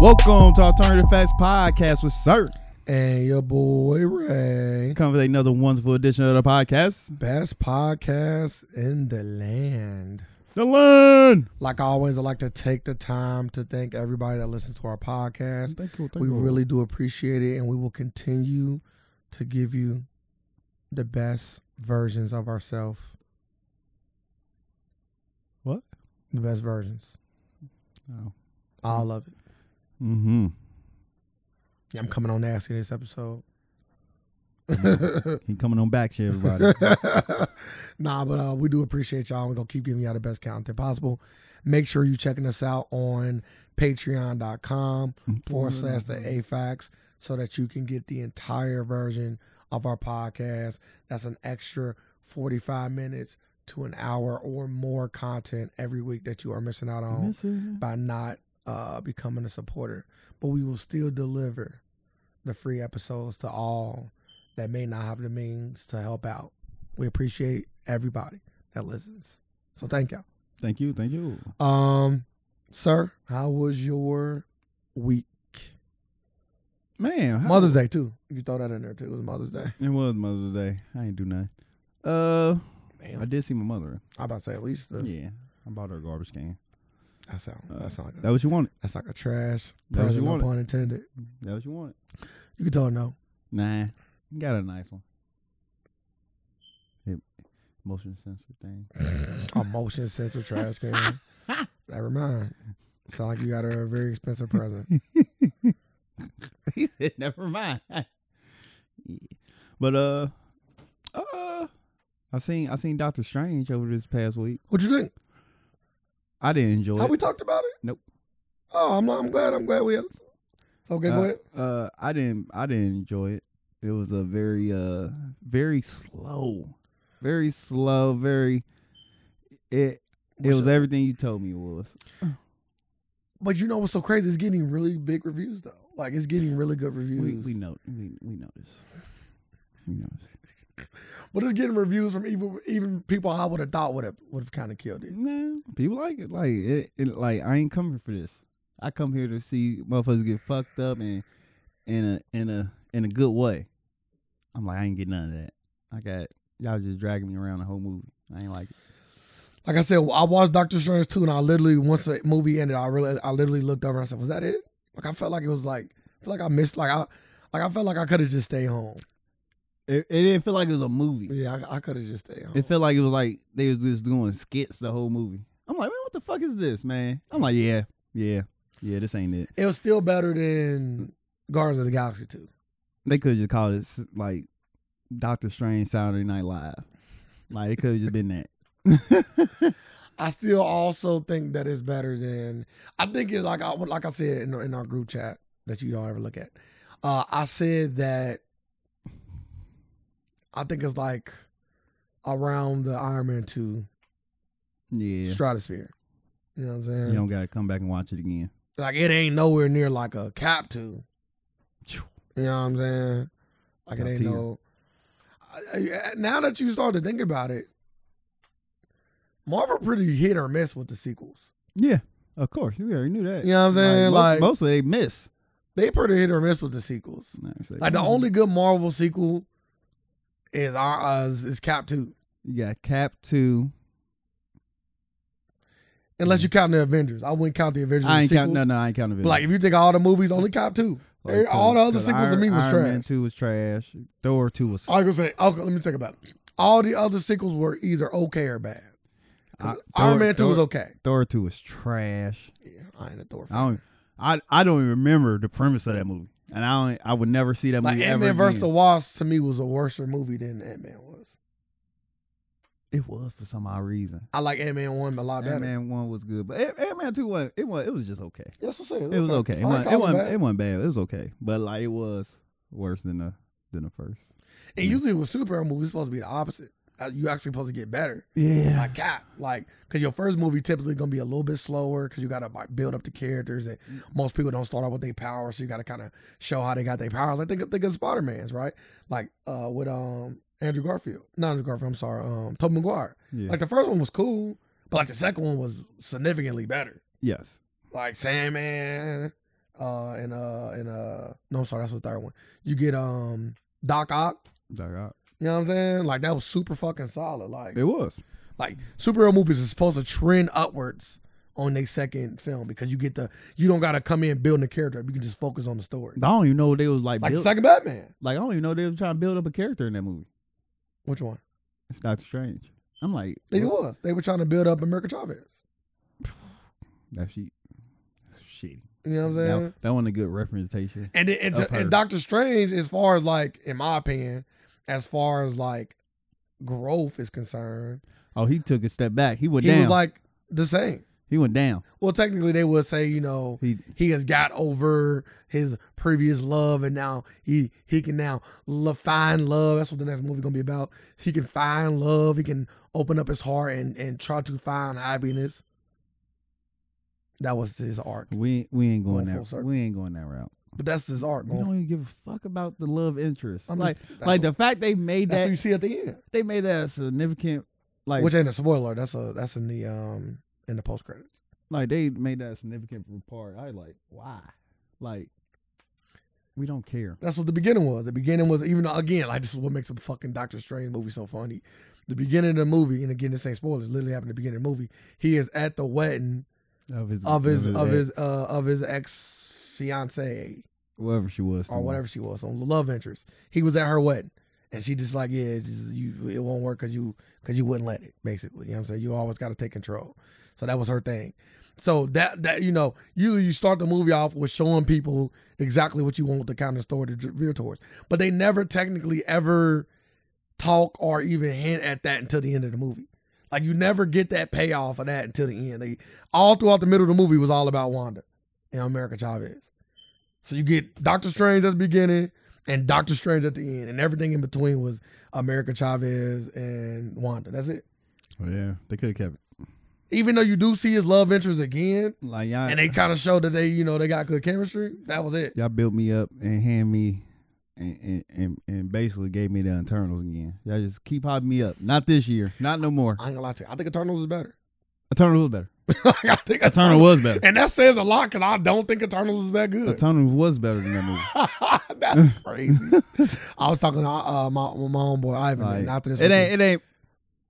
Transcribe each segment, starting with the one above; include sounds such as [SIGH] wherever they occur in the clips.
Welcome to Alternative Facts Podcast with Sir. and your boy Ray. Come with another wonderful edition of the podcast. Best podcast in the land. The land. Like always, I like to take the time to thank everybody that listens to our podcast. Thank you. Thank We you. really do appreciate it, and we will continue to give you the best versions of ourselves. What? The best versions. Oh. All of it. Mm-hmm. Yeah, I'm coming on nasty this episode. He coming on back here, [LAUGHS] everybody. nah, but uh, we do appreciate y'all. We're gonna keep giving y'all the best content possible. Make sure you checking us out on patreon.com Mm-hmm. forward slash the AFAX so that you can get the entire version of our podcast. That's an extra 45 minutes to an hour or more content every week that you are missing out on Miss you. by not uh, becoming a supporter. But we will still deliver the free episodes to all that may not have the means to help out. We appreciate everybody that listens. So thank y'all. Thank you. Thank you. Um, sir, how was your week? Man, how- Mother's Day too. You throw that in there too. It was Mother's Day. It was Mother's Day. I ain't do nothing. Uh, I did see my mother. I about to say at least the, Yeah, I bought her a garbage can. that sound Uh, that sound like a, That what you wanted. that's like a trash. That was present, you no wanted. pun intended. That what you wanted. You can tell her no. Nah, got a nice one. It, motion sensor thing. A motion sensor trash can. [LAUGHS] Never mind. Sound like you got her a very expensive present. [LAUGHS] he said, "Never mind." Yeah. But uh, uh, I seen I seen Doctor Strange over this past week. What you think? I didn't enjoy Have we it. talked about it? Nope. Oh, I'm not, I'm glad. I'm glad we had. Okay, go Uh, ahead. uh, I didn't I didn't enjoy it. It was a very uh very slow, very slow, very it. It was everything you told me it was. But you know what's so crazy? It's getting really big reviews though. Like it's getting really good reviews. We we know we we noticed. We noticed. But it's getting reviews from even even people I would have thought would have would have kind of killed it. Nah, people like it. Like it, it. Like I ain't coming for this. I come here to see motherfuckers get fucked up and in a in a in a good way. I'm like I ain't get none of that. I got y'all just dragging me around the whole movie. I ain't like it. Like I said, I watched Doctor Strange too, and I literally once the movie ended, I really I literally looked over and I said, "Was that it?" Like I felt like it was like I feel like I missed like I like I felt like I could have just stayed home. It, it didn't feel like it was a movie. Yeah, I, I could have just stayed home. It felt like it was like they was just doing skits the whole movie. I'm like, man, what the fuck is this, man? I'm like, yeah, yeah, yeah. This ain't it. it was still better than Guardians of the Galaxy two. They could just call it s- like Doctor Strange Saturday Night Live. Like it could have just been that. [LAUGHS] I still also think that it's better than I think it's like I like I said in, in our group chat that you don't ever look at. Uh, I said that I think it's like around the Iron Man two Yeah. stratosphere. You know what I'm saying? You don't gotta come back and watch it again. Like it ain't nowhere near like a cap two. Phew. You know what I'm saying? Like it Top ain't tier. no. I- I- Now that you start to think about it, Marvel pretty hit or miss with the sequels. Yeah, of course. We already knew that. You know what I'm saying? most- Like- mostly they miss. They pretty hit or miss with the sequels. Like the only good Marvel sequel is our uh, is, is Cap Two, you got Cap two. unless you count the Avengers. I wouldn't count the Avengers. Mm-hmm. I ain't sequels. count. No, no, I ain't counting. But like if you think all the movies, only Cap Two. eh, all the other sequels to me was Iron Man trash. two was trash. Thor two was. I was gonna say, okay, let me think about it. All the other sequels were either okay or bad. I- Iron Thor- Man Two Thor, was okay. Thor two was trash. Yeah, I ain't a Thor I fan. don't. I I don't even remember the premise of that movie, and I don't. I would never see that Like movie Ant ever Man versus the again. Wasp to me was a worse movie than Ant Man was. It was for some odd reason. I like Ant Man One a lot better. Ant Man one was good, but Ant Man two was it was it was just okay. That's what I'm saying. It was okay. It I ain't wasn't. It calling wasn't bad. bad. it wasn't bad. It was okay, but like it was worse than the than the first. And usually with superhero movies, it's supposed to be the opposite. Uh, You actually supposed to get better. Yeah, Like Cap, like because your first movie typically gonna be a little bit slower because you gotta like, build up the characters and Mm. most people don't start out with their powers, so you gotta kind of show how they got their powers. Like think think of Spider Man's right, like uh with um Andrew Garfield, not Andrew Garfield, I'm sorry, um Tobey Maguire. yeah. Like the first one was cool, but like the second one was significantly better. yes, Like Sandman, uh, and uh, and uh, no, I'm sorry, that's the third one. You get um Doc Ock. Doc Ock. You know what I'm saying? Like that was super fucking solid. Like It was. like superhero movies is supposed to trend upwards on their second film because you get the you don't gotta come in building a character. You can just focus on the story. I don't even know they was like Like the build, second Batman. like I don't even know they was trying to build up a character in that movie. Which one? It's Doctor Strange. I'm like They what? was. They were trying to build up America Chavez. that shit. That's shitty. You know what I'm saying? That, that wasn't a good representation. And then and, Of her. and Doctor Strange, as far as like, in my opinion, as far as like growth is concerned, Oh, he took a step back. He went he down. was like the same. he went down. Well, technically, they would say you know He he has got over his previous love, and now he he can now lo- find love. That's what the next movie gonna be about. He can find love. He can open up his heart and and try to find happiness. That was his arc, we we ain't going Going full that circle. we ain't going that route. but that's his arc. We don't even give a fuck about the love interest. I'm like just- that's like what- the fact they made that's what you that see at the end. they made that a significant like Which ain't a spoiler. That's a that's in the um in the post credits. like they made that a significant part. I like why like we don't care. That's what the beginning was. The beginning was even though, again like this is what makes a fucking Doctor Strange movie so funny. The beginning of the movie, and again this ain't spoilers. Literally happened at the beginning of the movie. He is at the wedding of his of his of ex, his uh of his ex fiance whatever she was or whatever she was, so love interest. He was at her wedding, and she just like yeah, it's just, you it won't work because you because you wouldn't let it. Basically, you know what I'm saying you always got to take control. So that was her thing. So that that you know you you start the movie off with showing people exactly what you want the kind of story to dr- veer towards, but they never technically ever talk or even hint at that until the end of the movie. Like you never get that payoff of that until the end. They all throughout the middle of the movie was all about Wanda and America Chavez. So you get Doctor Strange at the beginning and Doctor Strange at the end, and everything in between was America Chavez and Wanda. That's it. Oh, yeah, they could have kept it. Even though you do see his love interest again, Like y'all, and they kind of show that they, you know, they got good chemistry. That was it. y'all built me up and hand me, and and, and and basically gave me the internals again. Y'all just keep hyping me up. Not this year. Not no more. I ain't gonna lie to you. I think Eternals is better. [LAUGHS] Eternal was better. I think Eternal was better. and that says a lot because I don't think Eternals is that [LAUGHS] good. Eternal was better than that movie. [LAUGHS] That's crazy. I was talking to uh, my my homeboy Ivan Like, and after this. it ain't. It ain't.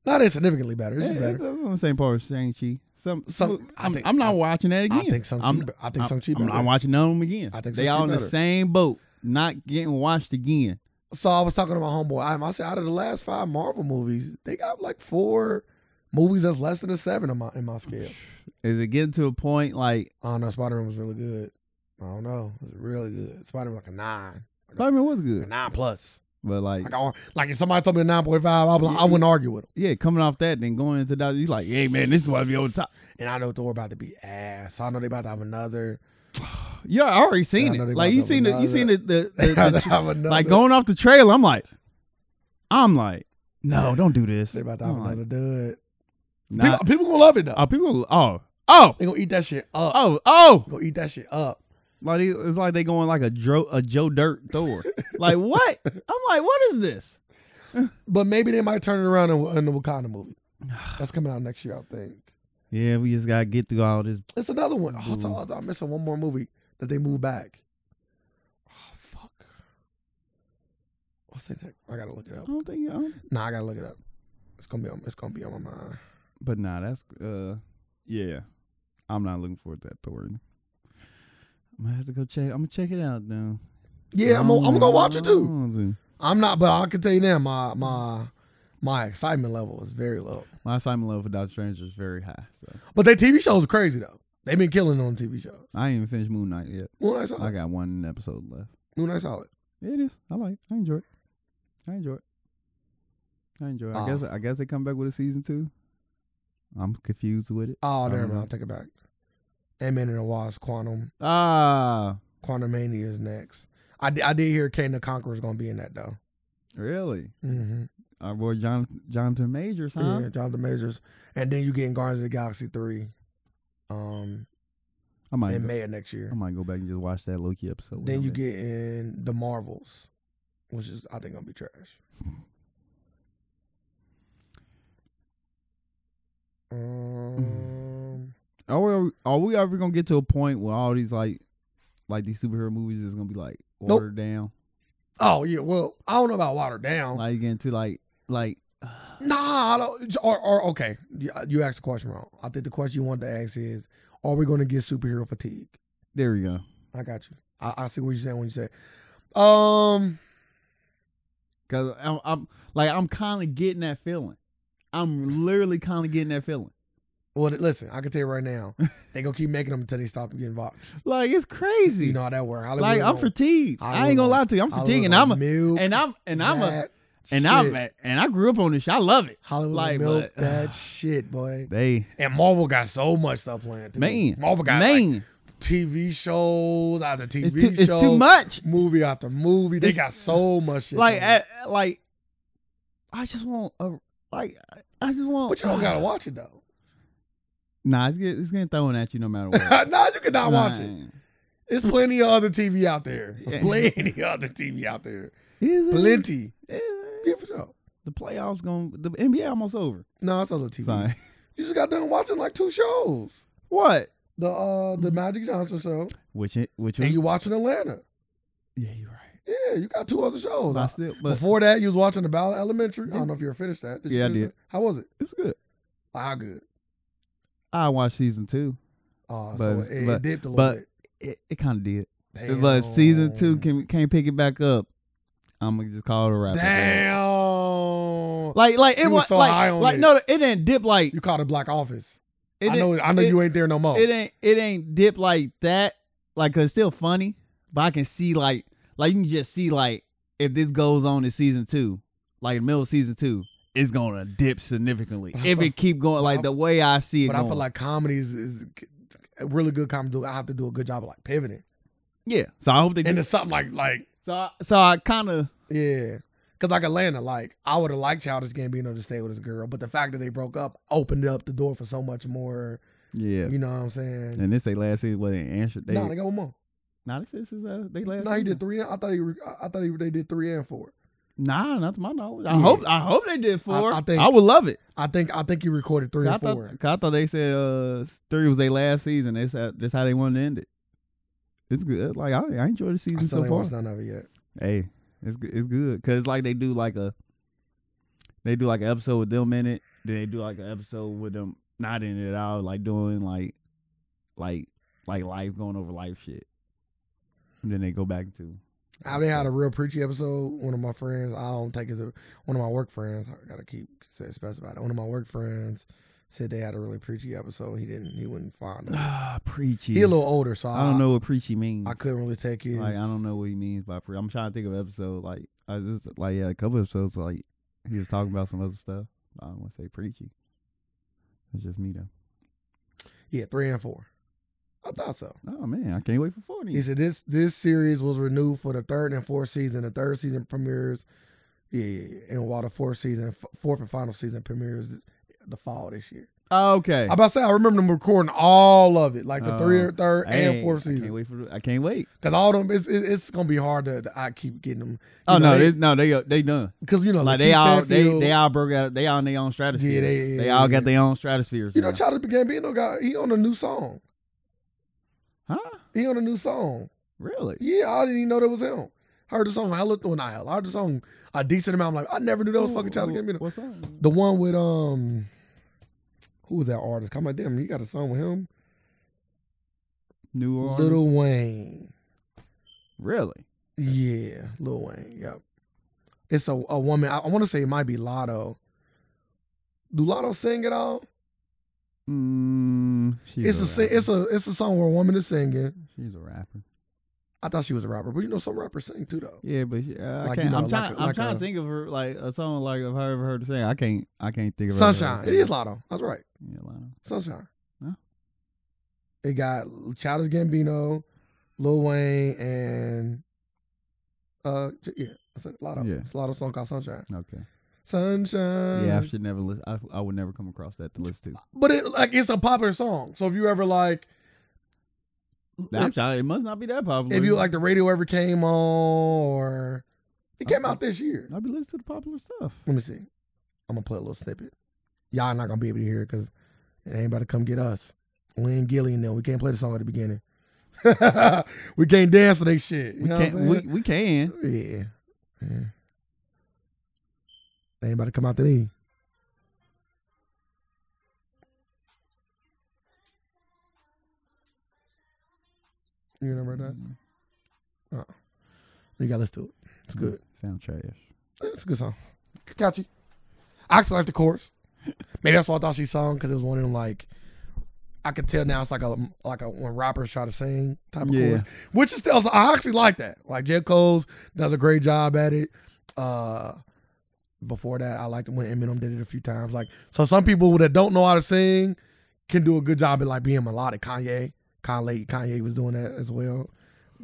not insignificantly better. It's It's, just better. on the same part as Shang Chi. Some. Some- I I'm, think- I'm not I- watching that again. I think some. I'm- cheap- I think some cheap. I'm not watching none of them again. I think they Shang-Chi all in the better. same boat, not getting watched again. so I was talking to my homeboy. I, I said, out of the last five Marvel movies, they got like four movies that's less than a seven in my in my scale. Is it getting to a point like I don't know. Spider Man was really good. I don't know. It was really good. Spider Man like a nine, Spider Man was a good, nine plus. but like Like, I, like if somebody told me a nine point five, I, was like, I wouldn't argue with them. Yeah, coming off that, then going into that, you like, hey man, this is why we over the top. And I know Thor about to be ass. So I know they about to have another. [LAUGHS] Yeah, I already seen Yeah, I know it. they Like about you to seen the, you another- seen the, [LAUGHS] the, They the, about the to have another. like going off the trail. I'm like, I'm like, no, don't do this. They about to have I'm like, another dud. nah. people, people gonna love it though. oh, people, oh, oh, they gonna eat that shit up. oh, oh, They gonna eat that shit up. like it- it's like they going like a Joe a Joe Dirt [LAUGHS] Thor. like what? I'm like, what is this? But maybe they might turn it around in, in the [SIGHS] Wakanda movie. That's coming out next year, I think. Yeah, we just gotta get through all this. It's another one. Oh, it's- Ooh. oh, I'm missing one more movie that they move back. Oh, fuck. What's that? I gotta look it I up. don't think, I don't, Nah, I gotta look it up. It's gonna be on. It's gonna be on my mind. but nah, that's uh, yeah, I'm not looking forward to that Thor. either. I'm gonna have to go check. I'm gonna check it out now. Yeah, I'm. gonna- I'm gonna watch it too. too. I'm not, but I can tell you now, my my my excitement level is very low. My assignment level for Doctor Strange is very high, so But their TV shows are crazy though. They've been killing on TV shows. I ain't even finished Moon Knight yet. Moon Knight I Solid. got one episode left. Moon Knight Solid. It is. I like. It. I enjoy it. I enjoy it. I enjoy it. I Ah. guess. I guess they come back with a season two. I'm confused with it. Oh, never don't mind. know. I'll take it back. Ant Man and the Wasp, Quantum, Ah, Quantum Mania is next. I, di- I did hear Kane the Conqueror is gonna be in that though. really? Mm-hmm. Our boy Jonathan, Jonathan Majors, huh? Yeah, Jonathan Majors, and then you get in Guardians of the Galaxy three, um, I might. in Go, May of next year. I might go back and just watch that Loki episode. Then when you I'm get in the Marvels, which is I think gonna be trash. Um, Mm-hmm. Um, there. Are we? Are we ever gonna get to a point where all these like like these superhero movies is gonna be like watered down. Oh yeah, well I don't know about watered down. Like getting to like like [SIGHS] nah, I don't, or or okay, you, you asked the question wrong. I think the question you wanted to ask is, are we going to get superhero fatigue? there we go. I got you. I, I see what you're saying when you say, um, Cause I'm, I'm like I'm kind of getting that feeling. I'm literally kind of getting that feeling. well, listen, I can tell you right now, they gonna keep making them until they stop getting involved. Like it's crazy. You know how that works. Hollywood like I'm gonna- fatigued. I I, ain't gonna love- lie to you. I'm Hollywood fatigued, and gonna I'm a, milk and I'm and I'm a that and I'm shit. a, and I grew up on this. shit. I love it. Hollywood gonna like, milk but- uh, that shit, boy. They And Marvel got so much stuff planned. Too. man, Marvel got like, man, TV shows after TV it's too it's shows, too much. movie after movie. They It's- got so much shit. Like planned. I, like I just want a like I- I just want. but you don't gotta watch it though. Nah, it's getting, it's getting thrown at you no matter [LAUGHS] what. nah, you Nah, cannot watch it. There's plenty of other TV out there. Yeah. Plenty of other TV out there. Is it? Plenty. Is it? Yeah, for sure. The playoffs going to the NBA almost [LAUGHS] over. No, it's other TV. Sorry. You just got done watching like two shows. What? The uh Mm-hmm. the Magic Johnson show. Which it, which And was, you watching Atlanta. yeah, you're right. Yeah, you got two other shows. But I still, but Before that, you was watching the Ballad Elementary. I don't know if you ever finished that. you Yeah, I finish did. that? How was it? it was good. Ah, good. I watched season two. Oh, But- so it, it but- dipped a little but- bit. It, it kind of did. Damn. But if season two can can't pick it back up, I'm gonna just call it a wrap. after that. Damn. Like like it You was was so like, high on like it. no it ain't dip like You called it Black Office. it I didn't- know I know it- you ain't there no more. it ain't it ain't dip like that like 'cause it's still funny but i can see like like you can just see like if this goes on in season two like in the middle of season two it's gonna dip significantly But I if feel- it keep going like the way i see it But I feel going. like comedies is a really good comedy. I have to do a good job of like pivoting yeah so i hope they do into something like like so I, so i kind of yeah. Cause like Atlanta, like I would have liked Childish Gambino to stay with his girl, but the fact that they broke up opened up the door for so much more. yeah You know what I'm saying? and this they last season was an answer they No, nah, they got one more. nah, this is uh, they No, last he season. did three. I thought he. Re- I- I thought he, they did three and four. nah not to my knowledge i Yeah. hope i hope they did four I i, think- would love it I think. I think he recorded three Cause I, and thought, four. 'cause I thought they said uh, three was their last season. That's how, that's how they wanted to end it. It's good. Like I, I enjoyed the I season still so ain't far. watched none of it yet. Hey, it's good. It's good because like they do like a they do like an episode with them in it. Then they do like an episode with them not in it at all. Like doing like like like life going over life shit. And then they go back [SIGHS] to I, they had a real preachy episode. One of my friends, I don't take as a, one of my work friends. I gotta keep saying special about it. One of my work friends said they had a really preachy episode. He didn't. He wouldn't find it. ah preachy. He a little older, so I don't know what preachy means. I couldn't really take his. Like I don't know what he means by pre. I'm trying to think of episode like I just like yeah a couple episodes like he was talking about some other stuff. I don't want to say preachy. It's just me though. Yeah, three and four. I thought so. Oh man, I can't wait for forty. He said this this series was renewed for the third and fourth season. The third season premieres, yeah, yeah, yeah. and while the fourth season, f- fourth and final season premieres the fall this year. Oh, okay. I about to say I remember them recording all of it, like the Oh. three, third, Hey, and fourth I can't season. wait for. the- I can't wait. Because all them, it's, it's it's gonna be hard to, to- I keep getting them. Oh know, no, they- they, no, they they done. Because you know, Like Lakeith they all they Stanfield, they all broke out. They all in their own stratosphere. Yeah, they, they- all got their own stratospheres. you know, now. Childish Gambino got he on a new song. huh? He on a new song. Really? Yeah, I didn't even know that was him. Heard the song. I looked on. I heard the song a decent amount. I'm like, I never knew that was fucking Childish Gambino. What's up? The one with um, who was that artist? Come on, damn, you got a song with him, New Orleans. Little Wayne. Really? Yeah, Lil Wayne. Yep. It's a a woman. I, I want to say it might be Lotto. Do Lotto sing at all? Mm, she's it's a si- rapper. it's a it's a song where a woman is singing. she's a rapper. I thought she was a rapper, but you know some rappers sing too though. Yeah, but she- uh, Like, I can't. you know, I'm trying. like a- I'm like trying a- to think of her like a song like if I ever heard her sing. I can't. I can't think of her ever Sunshine. It singing. is Lotto. That's right. Yeah, Lana. Sunshine. Huh? It got Childish Gambino, Lil Wayne, and uh J- yeah, I said Lotto. Yeah. It's Lotto song called Sunshine. Okay. Sunshine. yeah, I should never. Listen, I I would never come across that to listen to. but it like it's a popular song. So if you ever like, I'm sorry, it must not be that popular. if you like the radio ever came on, or it came Okay. out this year. I'll be listening to popular stuff. Let me see. I'm gonna play a little snippet. Y'all not gonna be able to hear it because it ain't about to come get us. We ain't Gilly in there. We can't play the song at the beginning. [LAUGHS] we can't dance to they shit. You We know can't. what I'm We, saying? we can. yeah. yeah. They ain't about to come out to me. You remember that? Mm-hmm. You gotta listen to it. It's good. Sound trash. It's a good song. Catchy. I actually like the chorus. Maybe that's why I thought she sung because it was one of them like I could tell now it's like a like a when rappers try to sing type of Yeah. chorus, which is still I actually like that. Like J Cole's does a great job at it. Uh Before that, I liked when Eminem did it a few times. Like so, some people that don't know how to sing can do a good job at like being melodic. Kanye, Kanye, Kanye was doing that as well,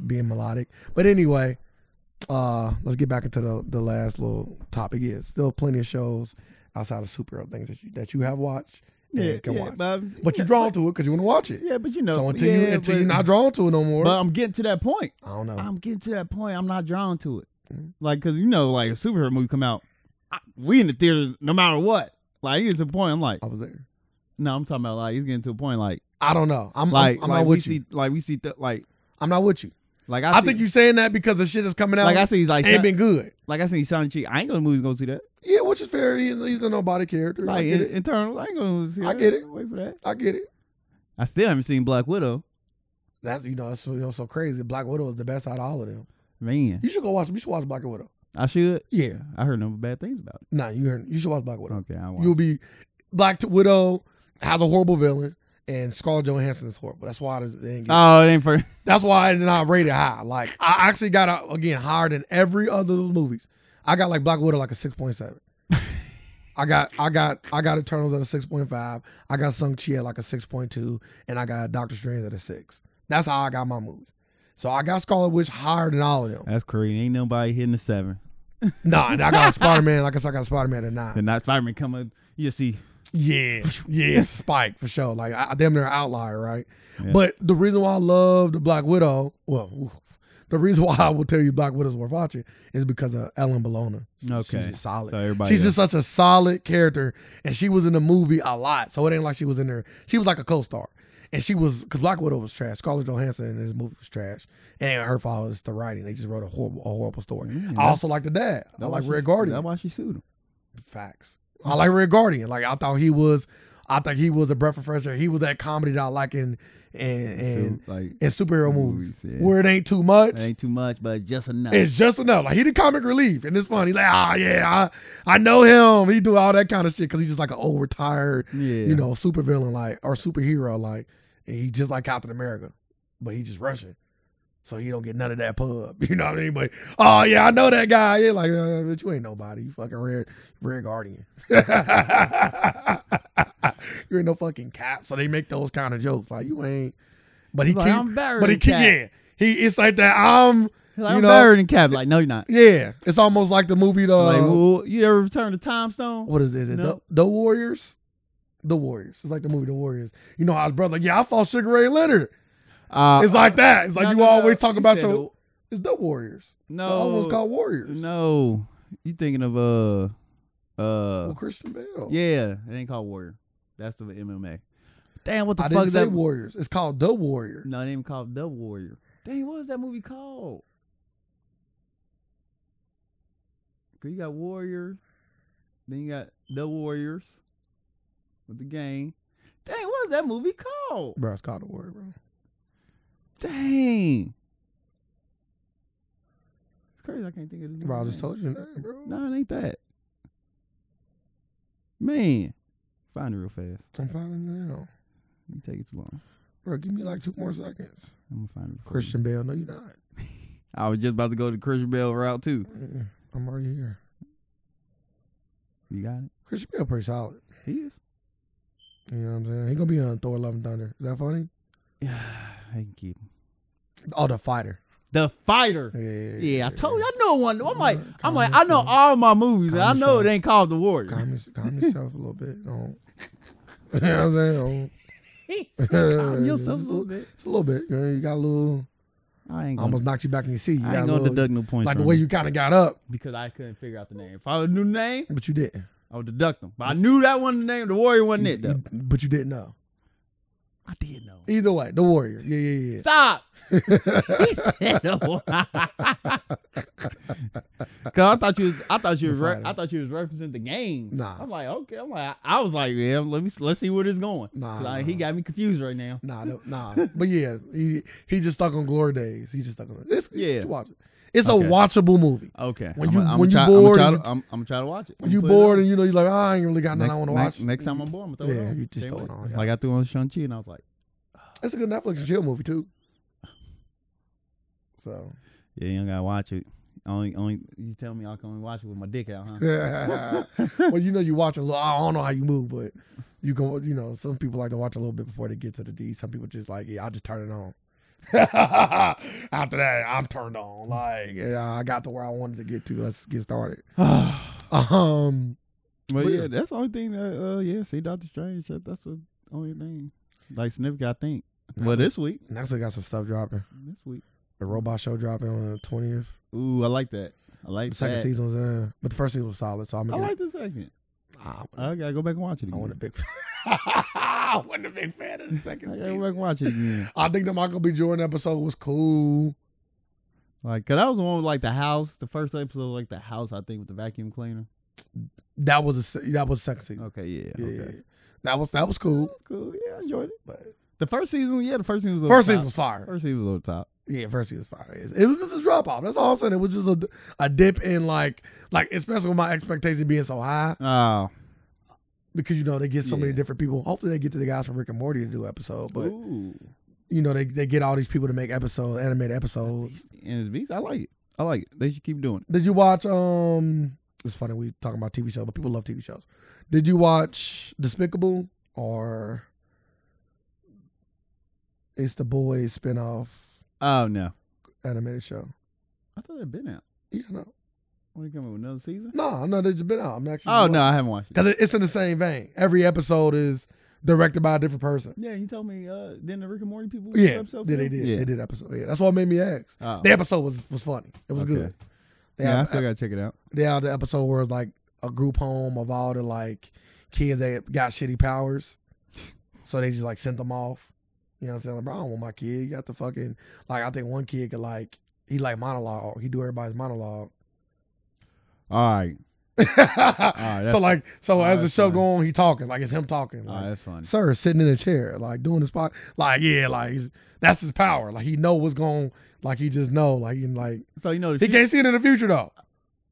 being melodic. But anyway, uh let's get back into the the last little topic is still plenty of shows outside of superhero things that you that you have watched yeah, you can watch but, but, you're drawn to it because you want to watch it Yeah, but you know. so until yeah, you until but, you're not drawn to it no more But I'm getting to that point. i don't know I'm getting to that point. I'm not drawn to it. Mhm. Like, cause you know, like a superhero movie come out, I, we in the theaters no matter what. Like, you get to the point. I'm like, i was there no, I'm talking about like he's getting to a point. Like, i don't know i'm like, like i'm, like not we with you see, like we see, th- like, i'm not with you like I, i, see, think you saying that because the shit that's coming out like I see, like, ain't Shang- been good like I see, Shang Chi. I ain't gonna movies gonna see that. yeah which is fair he's, he's a nobody character i Like get in, it internal, I ain't gonna see. I that. get it. Wait for that. i get it I still haven't seen Black Widow. that's you know that's you know, so crazy black widow is the best out of all of them Man, you should go watch you should watch black widow I should. yeah I heard no bad things about it. nah you heard, you should watch black widow Okay, I You'll won't. be Black Widow has a horrible villain, and Scarlett Johansson is horrible. That's why I didn't get. Oh, it ain't for. that's why it's not rated high. Like I actually got uh, again higher than every other of those movies. I got like Black Widow like a six point seven. I got I got I got Eternals at a six point five. I got Sung Chi at like a six point two, and I got Doctor Strange at a six. That's how I got my movies. So I got Scarlet Witch higher than all of them. That's crazy. Ain't nobody hitting the seven. Nah, and I got Spider Man. Like I said, I got Spider Man at nine. Then not Spider Man come up. You see. Yeah, yeah, it's a spike for sure. Like I, I damn near an outlier, right? Yeah. But the reason why I love the Black Widow, well, oof, the reason why I will tell you Black Widow's worth watching is because of Ellen Bologna. Okay. she's just solid. So everybody. She's else. just such a solid character, and she was in the movie a lot, so it ain't like she was in there. She was like a co-star, and she was because Black Widow was trash. Scarlett Johansson in this movie was trash, and her fault is the writing. They just wrote a horrible, a horrible story. Mm, I that- also like the dad. I that why like she- Red Guardian. That's why she sued him. Facts. I like Red Guardian. Like I thought he was, I think he was a breath of fresh air. He was that comedy that I like in in in, So, like in superhero movies yeah. where it ain't too much. It ain't too much, but just enough. It's just enough. Like he the comic relief, and it's funny. He's like, ah, yeah, I, I know him. He do all that kind of shit because he's just like an old retired, yeah. you know, supervillain like or superhero like. And he just like Captain America, but he just Russian, so he don't get none of that pub. [LAUGHS] You know what I mean? But oh yeah, I know that guy. Yeah, like, uh, but you ain't nobody. You fucking red, red guardian. [LAUGHS] you ain't no fucking cap. So they make those kind of jokes. Like you ain't. But he He's like, keep. I'm better But he than keep. Cap. Yeah. He. It's like that. I'm. He's like, you I'm know- Uh, better than Cap. Like, no, you're not. Yeah, it's almost like the movie. The like, well, you ever return to Time Stone? what is it? Is it No. the, the Warriors? The Warriors. It's like the movie The Warriors. You know how his brother, like, yeah, I fought Sugar Ray Leonard. Uh, It's like that. It's like no, you no, no. always talk You about said your. It's the Warriors. the- No, almost no, called Warriors. no. You thinking of uh, uh, Well, Christian Bale. yeah, it ain't called Warrior. That's the MMA. Damn, what the I fuck didn't is say that? Warriors. It's called The Warrior. No, it ain't even called The Warrior. Dang, what was that movie called? 'Cause you got Warrior, then you got The Warriors with the game. Dang, what was that movie called? Bro, it's called The Warrior, bro. Dang. It's crazy I can't think of this. Bro, I movie just name. told you that, bro. No, it ain't that. Man. Find it real fast. I'm finding it now. You take it too long. Bro, give me like two more seconds. I'm gonna find it. for you. Christian Bale, no, you're not. I was just about to go to Christian Bell route too. Mm-mm. I'm already here. You got it? Christian Bale, pretty solid. He is. You know what I'm saying? He gonna be on Thor: Love and Thunder. Is that funny? Yeah, I can keep him. Oh, the fighter. The fighter. Yeah, Yeah, I told you. I know one. I'm like, Yeah, I'm like, I know calm all my movies. and I Calm know it yourself. ain't called The Warrior. [LAUGHS] Calm, your- calm yourself a little bit. Don't. [LAUGHS] You know what I'm saying? [LAUGHS] Calm yourself a little bit. It's a little bit. You, know, you got a little. I ain't I gonna, almost knocked you back in your seat. You I got ain't a gonna little, deduct no points. like the from way it you kind of got up, because I couldn't figure out the name. If I would knew the name, but you didn't. I would deduct them. But I knew that one the name. The Warrior wasn't it You- though. you- but you didn't know. I did know. Either way, the Warrior. Yeah, yeah, yeah. Stop. [LAUGHS] he said no. [LAUGHS] Cause I thought you was, I thought you was re- I thought you was referencing the game. Nah. I'm like, okay. I'm like, I was like, yeah, let me let's see where this going. Nah, 'Cause I- nah. he got me confused right now. Nah, no, nah. But yeah, he he just stuck on glory days. He just stuck on it's, Yeah. Just watch it. It's Okay. a watchable movie. Okay. When I'm you- a- I'm when you try, bored I'm and- gonna try, to watch it. When I'ma you put it bored on. and you know you're like, "Ah, I ain't really got nothing next, I want to next, watch. next time I'm bored, I'm gonna throw it Yeah, on. you just Can't throw it wait. on, yeah. Like I threw on Shang Chi and I was like, It's a good Netflix and chill movie too. [LAUGHS] So [LAUGHS] yeah, you don't gotta watch it. Only only you tell me I can only watch it with my dick out, huh? well, you know you watch a little. I don't know how you move, but you can. You know, some people like to watch a little bit before they get to the D. Some people just like, yeah, I just turn it on. [LAUGHS] After that, I'm turned on. Like, yeah, I got to where I wanted to get to. Let's get started. [LAUGHS] [LAUGHS] [SIGHS] Um, But But yeah, yeah. that's the only thing that uh yeah, see Doctor Strange, that, that's the only thing. Like significant, I [LAUGHS] think. Well, this week, next we got some stuff dropping. this week. The robot show dropping on the twentieth. Ooh, I like that. I like The second that. season was in, but the first season was solid. So I'm I gonna. Ah, like Uh, the second. I gotta go back and watch it I again. wasn't a big. [LAUGHS] I wasn't a big fan of the I second gotta go season. back and watch it [LAUGHS] again. I think the Michael B. Jordan episode was cool. Like, cause that was the one with like the house, the first episode, like the house, I think, with the vacuum cleaner. That was a se- that was second season. Okay, yeah, Yeah, yeah, okay, yeah. that was that was cool. cool, yeah, I enjoyed it. But The first season, yeah, the first season was over first the season top. was fire. First season was over the top. Yeah, first season was fire. It's- It was just a drop off. That's all I'm saying. It was just a, a dip in like like especially with my expectation being so high Oh, because you know they get so many Yeah. different people. Hopefully they get to the guys from Rick and Morty to do episode, but Ooh. you know they they get all these people to make episodes, animated episodes. and his beats, I like it. I like it. They should keep doing it. Did you watch? Um, it's funny we talking about TV shows, but people love TV shows. Did you watch Despicable or it's the boys spinoff Oh no, animated show? I thought they'd been out. Yeah, no, What are you coming with another season? no, no, they've just been out. I'm actually Oh no, I haven't watched it. because it's in the same vein. Every episode is directed by a different person. Yeah, you told me. Uh, then the Rick and Morty people. Yeah, episode yeah, they film? did. Yeah, They did episode. Yeah, that's what made me ask. Oh. The episode was was funny. It was Okay. good. They yeah, I have- uh, still gotta check it out. they had the episode where it's like a group home of all the like kids that got shitty powers. So they just like sent them off. You know what I'm saying? Like, bro, I don't want my kid. You got the fucking like I think one kid could like he like monologue. He do everybody's monologue. All right, that's- [LAUGHS] so like so oh, as the that's show funny. go on, he talking. Like it's him talking. all right, Like, that's fun. Sir sitting in a chair, like doing his spot. Like, yeah, like he's that's his power. Like he know what's going like he just know. Like he like So you know, the he shit, can't see it in the future though.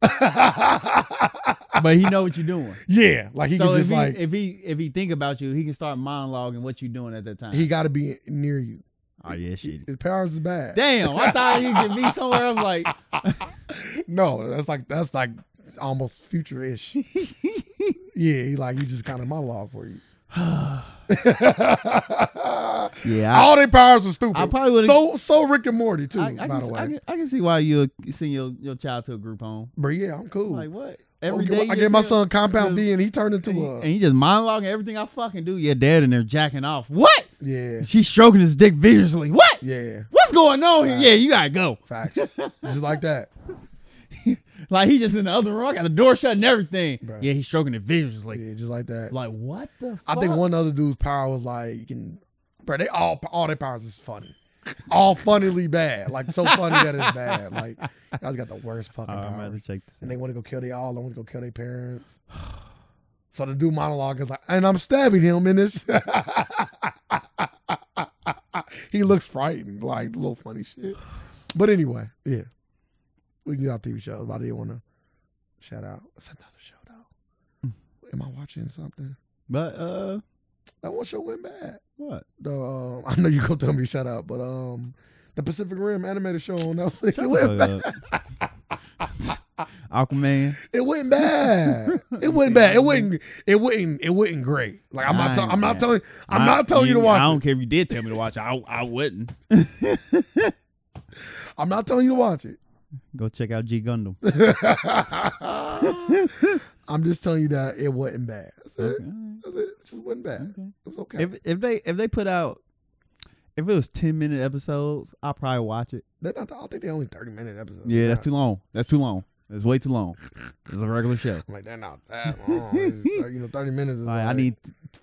[LAUGHS] but he know what you're doing. Yeah, like [LAUGHS] he so can if just he, like if he if he think about you, he can start monologuing what you doing at that time. he got to be near you. oh yeah, shit. His powers is bad. Damn, I thought he could be somewhere. I'm [LAUGHS] like, no, that's like that's like almost [LAUGHS] future ish. yeah, he like he just kind of monologue for you. [LAUGHS] yeah, I, All their powers are stupid. I probably would've- so so Rick and Morty too. I, I, Oh, by can, the way, I, can, I can see why you send your, your child to a group home. but yeah, I'm cool. Like what? Oh, Every give- day I you gave my see him- son Compound B, and he turned into and he, a and he just monologuing everything I fucking do. Your dad in there jacking off. What? yeah, She's stroking his dick viciously. What? yeah. What's going on here? Facts. Yeah, you gotta go. [LAUGHS] Facts, just like that. Like he just in the other room. I got the door shut and everything. Bruh. Yeah, he's stroking it viciously. Yeah, just like that. Like what the? I Fuck? think one other dude's power was like you can, bro. They all all their powers is funny, all funnily bad. Like so funny that it's bad. Like guys got the [LAUGHS] worst fucking Alright, I'm about to powers, check this. and Out. they want to go kill they all. They want to go kill their parents. [SIGHS] So the dude monologue is like, and I'm stabbing him in this. [LAUGHS] he looks frightened, like little funny shit. But anyway, yeah, we can get off TV shows. But I did want to shout out. It's another show though. Am I watching something? But uh, That one show went bad. [LAUGHS] what? The um, I know you gonna tell me to shut up, but um, the Pacific Rim animated show on Netflix Oh, it went bad. Shut the fuck up. [LAUGHS] Aquaman. It went bad. [LAUGHS] It went bad. It wasn't. It wasn't. It wasn't great. Like I'm not. Tell, I'm not telling. I'm I- not telling you to I watch don't it. care if you did tell me to watch. it. I I wouldn't. I'm not telling you to [LAUGHS] watch it. Go check out G Gundam. I'm just telling you that it wasn't bad. That's it. Okay, alright, That's it. It just wasn't bad. okay. It was okay. If if they if they put out if it was ten minute episodes, I'll probably watch it. They're not. I don't think they're only 30 minute episodes. Yeah, that's too long. That's too long. That's way too long. It's a regular show. [LAUGHS] I'm like they're not that long. It's, you know, 30 minutes is. Like, I like- need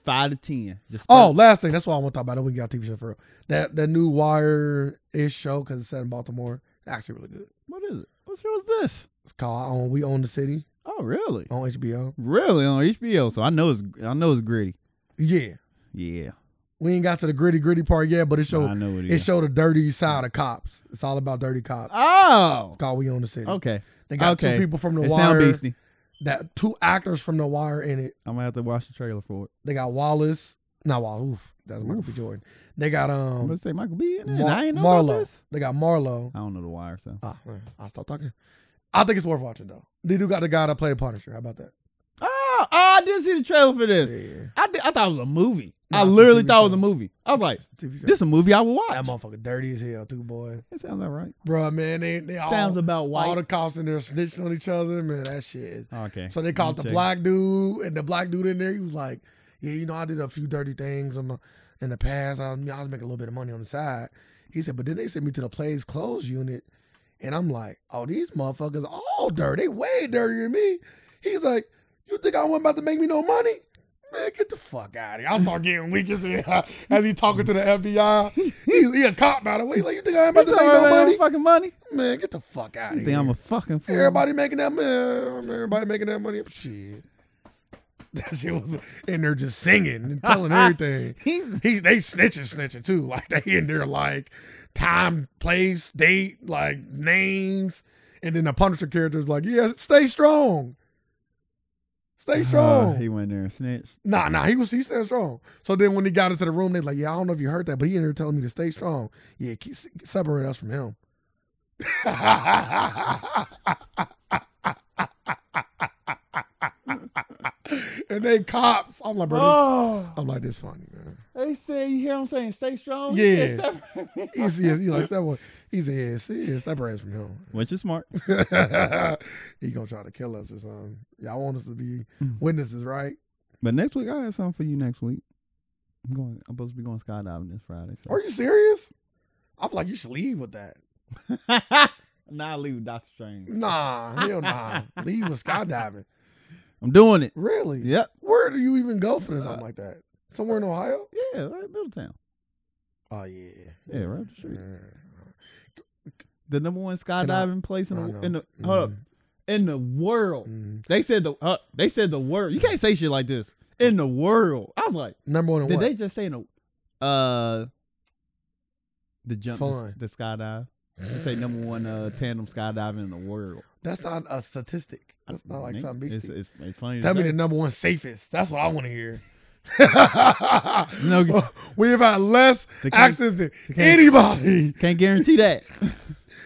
five to ten. Just Oh, last thing. That's why I want to talk about it. We got TV show for real. That that new Wire ish show because it's set in Baltimore. Actually, really good. what is it? What show is this? It's called I Own We Own the City Oh, really? on HBO. Really on HBO? So I know it's I know it's gritty. Yeah, Yeah, we ain't got to the gritty gritty part yet, but it showed I know it it is. showed the dirty side of cops. It's all about dirty cops. oh, It's called We Own the City. okay. They got okay. two people from the It sound Wire. beastie. That two actors from the Wire in it. I'm gonna have to watch the trailer for it. They got Wallace. Not Wallace. Oof, that's Michael B. Oof. Jordan. They got I'm gonna um. say Michael B. in it. Mar- I ain't know about Marlo. this. They got Marlo. I don't know the wire, so Oh, Ah, man, I'll stop talking. I think it's worth watching though. They do got the guy that played Punisher. How about that? Oh, oh, I did see the trailer for this. Yeah. I, did, I thought it was a movie. Nah, I it's a literally TV thought it show. was a movie. I was like, It's a TV show. this is a movie I would that watch. motherfucker dirty as hell too, boy. That sounds about right. Bruh, man, they they all sounds about all white. the cops in there snitching on each other, man. That shit. Is, Oh, okay. so they caught the Okay. black dude, and the black dude in there, he was like, "Yeah, you know, I did a few dirty things in, my, in the past. I, was- I was making a little bit of money on the side." He said, "But then they sent me to the plays clothes unit, and I'm like, oh, these motherfuckers all dirty. They way dirtier than me." He's like, "You think I wasn't about to make me no money?" Man, get the fuck out of here. I start getting weak as hell [LAUGHS] as he talking to the FBI. He's he a cop, by the way. He's like, you think I ain't about You to talking make about no that money? fucking money? Man, get the fuck out You of think here. I'm a fucking fool? Everybody making that man. Everybody making that money. Shit. That shit was in there just singing and telling everything. He's He they snitching, snitching too. Like they in there like time, place, date, like names, and then the Punisher character's like, yeah, stay strong, stay strong. Uh, he went there and snitched. Nah, nah, he was he stayed strong. So then when he got into the room, they like, yeah, I don't know if you heard that, but he in there telling me to stay strong. Yeah, keep, separate us from him. [LAUGHS] and they cops. I'm like, bro, this, Oh, I'm like, this funny, man. they say you hear what I'm saying? Stay strong. Yeah. He said, "Stop." [LAUGHS] He's, he's, he's like, that one. He said, yeah, see, yeah, separate us from him. [LAUGHS] Which is smart. he gonna try to kill us or something. Y'all want us to be witnesses, right? But next week I have something for you. Next week I'm going. I'm supposed to be going skydiving this Friday. So. Are you serious? I'm like, you should leave with that. [LAUGHS] nah, I leave with Doctor Strange. Nah, [LAUGHS] hell nah. Leave with skydiving. I'm doing it. Really? Yep. Where do you even go for Uh, something like that? Somewhere in Ohio? Yeah, right, Middletown. Oh yeah. Yeah, right up the street. Mm. The number one I- skydiving place in I the know. in the hold up, Mm, in the world. mm. They said the uh, they said the word. You can't say shit like this in the world. I was like, Number one in did what? they just say no? Uh, the jump, the, Fun. the skydive. They say number one uh, tandem skydiving in the world. That's not a statistic. That's not like Nigga, something beastie. It's, it's, it's funny. Tell to me say. the number one safest. That's what I want to hear. [LAUGHS] No, [LAUGHS] we have had less They can't- accidents than they can't- anybody. Can't guarantee [LAUGHS] that.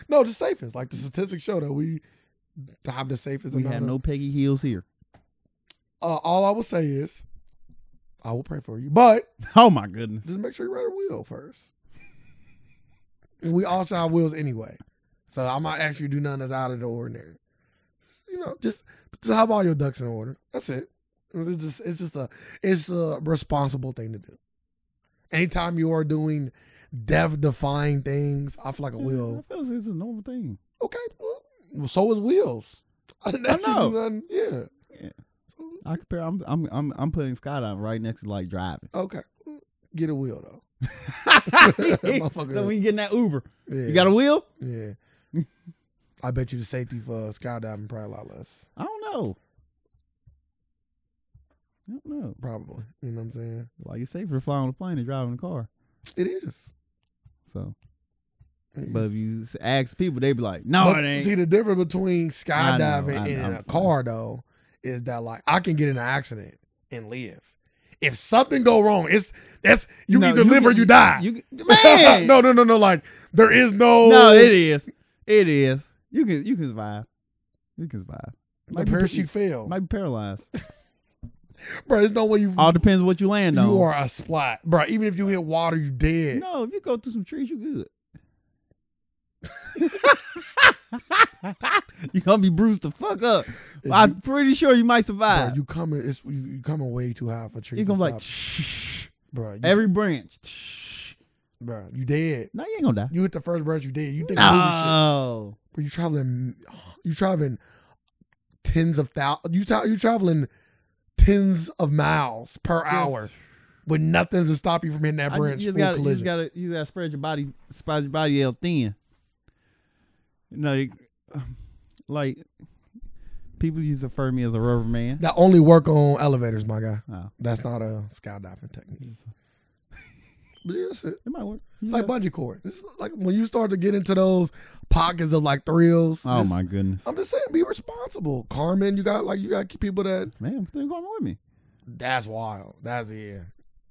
No, the safest. Like the statistics show that we have the safest. we amount have of- no Peggy Heels here. [LAUGHS] Uh, all I will say is, I will pray for you, but Oh my goodness. just make sure you ride a wheel first. And we all shot wheels anyway. So I might ask you to do nothing that's out of the ordinary. Just, you know, just just have all your ducks in order. That's it. It's just it's just a it's a responsible thing to do. Anytime you are doing death defying things, I feel like a I wheel. feel like it's a normal thing. Okay, well, so is wheels. [LAUGHS] I didn't ask you to know. do nothing. Yeah. Yeah. So, I compare. I'm I'm I'm, I'm putting skydiving right next to like [LAUGHS] driving. [LAUGHS] okay. Get a wheel though. Motherfucker. so when you get in that Uber, Yeah. you got a wheel? Yeah. I bet you the safety for skydiving probably a lot less. I don't know. I don't know. Probably. You know what I'm saying? Like it's safer to fly on a plane than driving a car. It is. So, It but if is. you s- ask people, they be like, "No, But it ain't." See the difference between skydiving I know, and I'm a car though is that like I can get in an accident and live. If something go wrong, it's that's you No, either live or can- you die. [LAUGHS] You, can- man, no, no, no, no. Like there is no no, it is, it is. You can you can survive. You can survive. the be- parachute fail. might be paralyzed. [LAUGHS] bro, there's no way you All depends what you land on. you are a splat. Bro, even if you hit water, you dead. No, if you go through some trees, you [LAUGHS] good. [LAUGHS] you gonna be bruised the fuck up. If I'm pretty sure you might Bro, survive. you coming? It's you, you coming way too high for trees. you to gonna be like stop. shh, bro, you, every branch. Shh. bro, you dead. No, you ain't gonna die. You hit the first branch, you dead. You think no. No, you traveling? You traveling tens of thousands. You tra- you traveling tens of miles per hour with nothing to stop you from hitting that I- branch. you full just gotta, you just collision. gotta, you gotta spread your body, spread your body out thin. You [SIGHS] know, they, like people used to refer me as a rubber man. that only work on elevators, my guy. Oh, That's not a skydiving technique. [LAUGHS] But yeah, that's it. it might work. It's like bungee cord. It's like when you start to get into those pockets of like thrills. oh just- my goodness, I'm just saying, be responsible, Carmen. You got like you got people that man, things going with [LAUGHS] me. that's wild. That's yeah.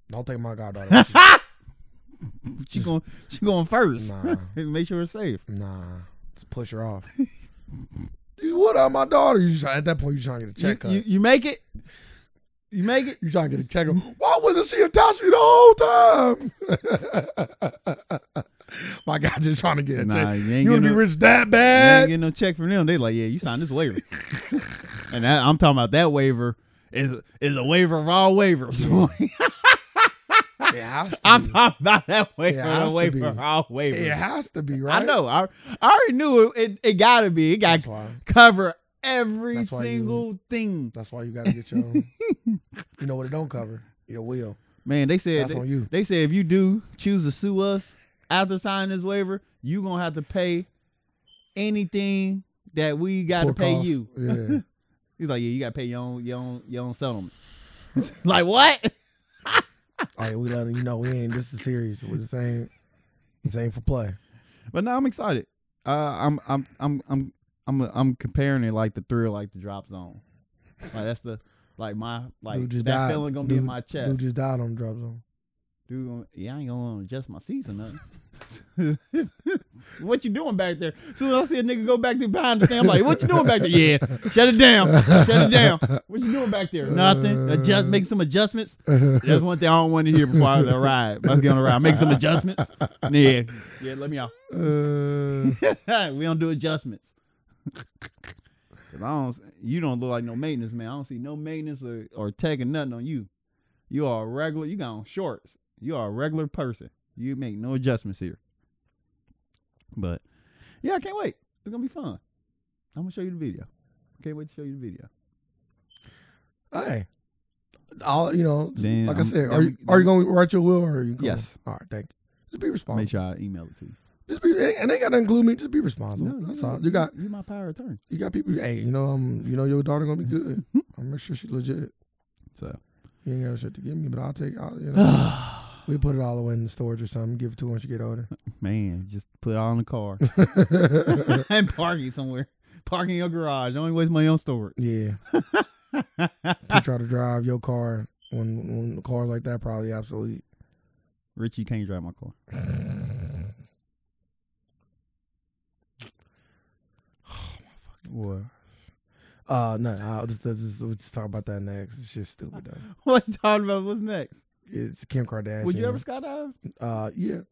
Don't take my goddaughter. [LAUGHS] with you. She going, she going first. Nah. Make sure it's safe. Nah, just push her off. you what out my daughter? You try, at that point you trying to get a You, check cut. you, You, you make it. You make it. trying to get a check cut. Why wasn't she attached to you the whole time? [LAUGHS] my guy just trying to get a Nah, check. you ain't You want getting no, to be you rich that ain't bad? getting no check from them. They like, yeah, you signed this [LAUGHS] waiver, and that, I'm talking about that waiver is is a waiver of all waivers. [LAUGHS] it has to I'm be. talking about that waiver. Yeah, it has Yeah, to waiver. be. I'll waiver. It has to be right. I know. I, I already knew it. It, it got to be. It got That's to why. cover every That's why you- single thing. That's why you got to get your. own. you know what it don't cover? Your will. Man, they said That's they, on you. they said if you do choose to sue us after signing this waiver, you gonna have to pay anything that we got to Full pay cost. you. Yeah. He's like, yeah, you got to pay your own your own your own settlement. [LAUGHS] like what? All right, we letting you know we ain't. This is serious. This ain't. This ain't for play. But now I'm excited. Uh, I'm I'm I'm I'm I'm I'm comparing it like the thrill, like the drop zone. Like that's the like my like Dude just that died. feeling gonna be in Dude- my chest. Dude Dude, just died on the drop zone. gonna, yeah, I ain't gonna adjust my seats or nothing. [LAUGHS] what you doing back there? Soon as I see a nigga go back there behind the thing, I'm like, what you doing back there? Yeah, shut it down, shut it down. What you doing back there? Nothing. Adjust, make some adjustments. [LAUGHS] That's one thing I don't want to hear before I ride. Let's get on the ride. Make some adjustments. Yeah, yeah. Let me out. Uh, [LAUGHS] we don't do adjustments. [LAUGHS] 'Cause I don't, you don't look like no maintenance man. I don't see no maintenance or, or tagging nothing on you. You are a regular. You got on shorts. You are a regular person. You make no adjustments here. But yeah, I can't wait. It's gonna be fun. I'm gonna show you the video. Can't wait to show you the video. [LAUGHS] hey, I'll you know, just Then like I I'm- said, then are you we- are you gonna write your will or are you? Gonna, Yes. All right, thank you. Just be Make responsible. sure I email it to you. Just be, and they gotta include me. Just be responsible. That's all. You got you my power of attorney. you got people. Hey, you know um, you know your daughter gonna be [LAUGHS] good. I'll make sure she's legit. So You ain't got shit to give me, but I'll take. I'll, you [SIGHS] know, [SIGHS] man, we put it all away in the storage or something. Give it to her when she get [LAUGHS] older. just put it all in the [LAUGHS] car. and parking somewhere. Park in your garage. Don't waste money on storage. yeah. Teach her to drive your car when when the cars like that probably obsolete. Rich, you can't drive my car. [LAUGHS] What? Uh no, I'll just, let's just we'll just talk about that next. It's just stupid. Though. What you talking about? What's next? It's Kim Kardashian. Would you ever skydive? Uh, yeah. [LAUGHS]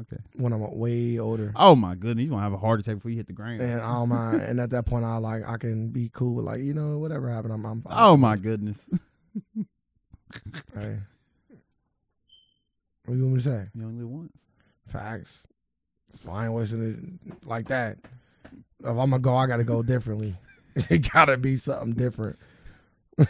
Okay. When I'm way older, Oh my goodness, you gonna have a heart attack before you hit the ground. and I don't mind. And at that point, I like I can be cool with like you know whatever happened. I'm I'm fine. Oh my [LAUGHS] goodness. Hey. What you want me to say? You only live once. Facts. So I ain't wasting it like that. If I'm gonna go, I gotta go differently. [LAUGHS] it gotta be something different. [LAUGHS]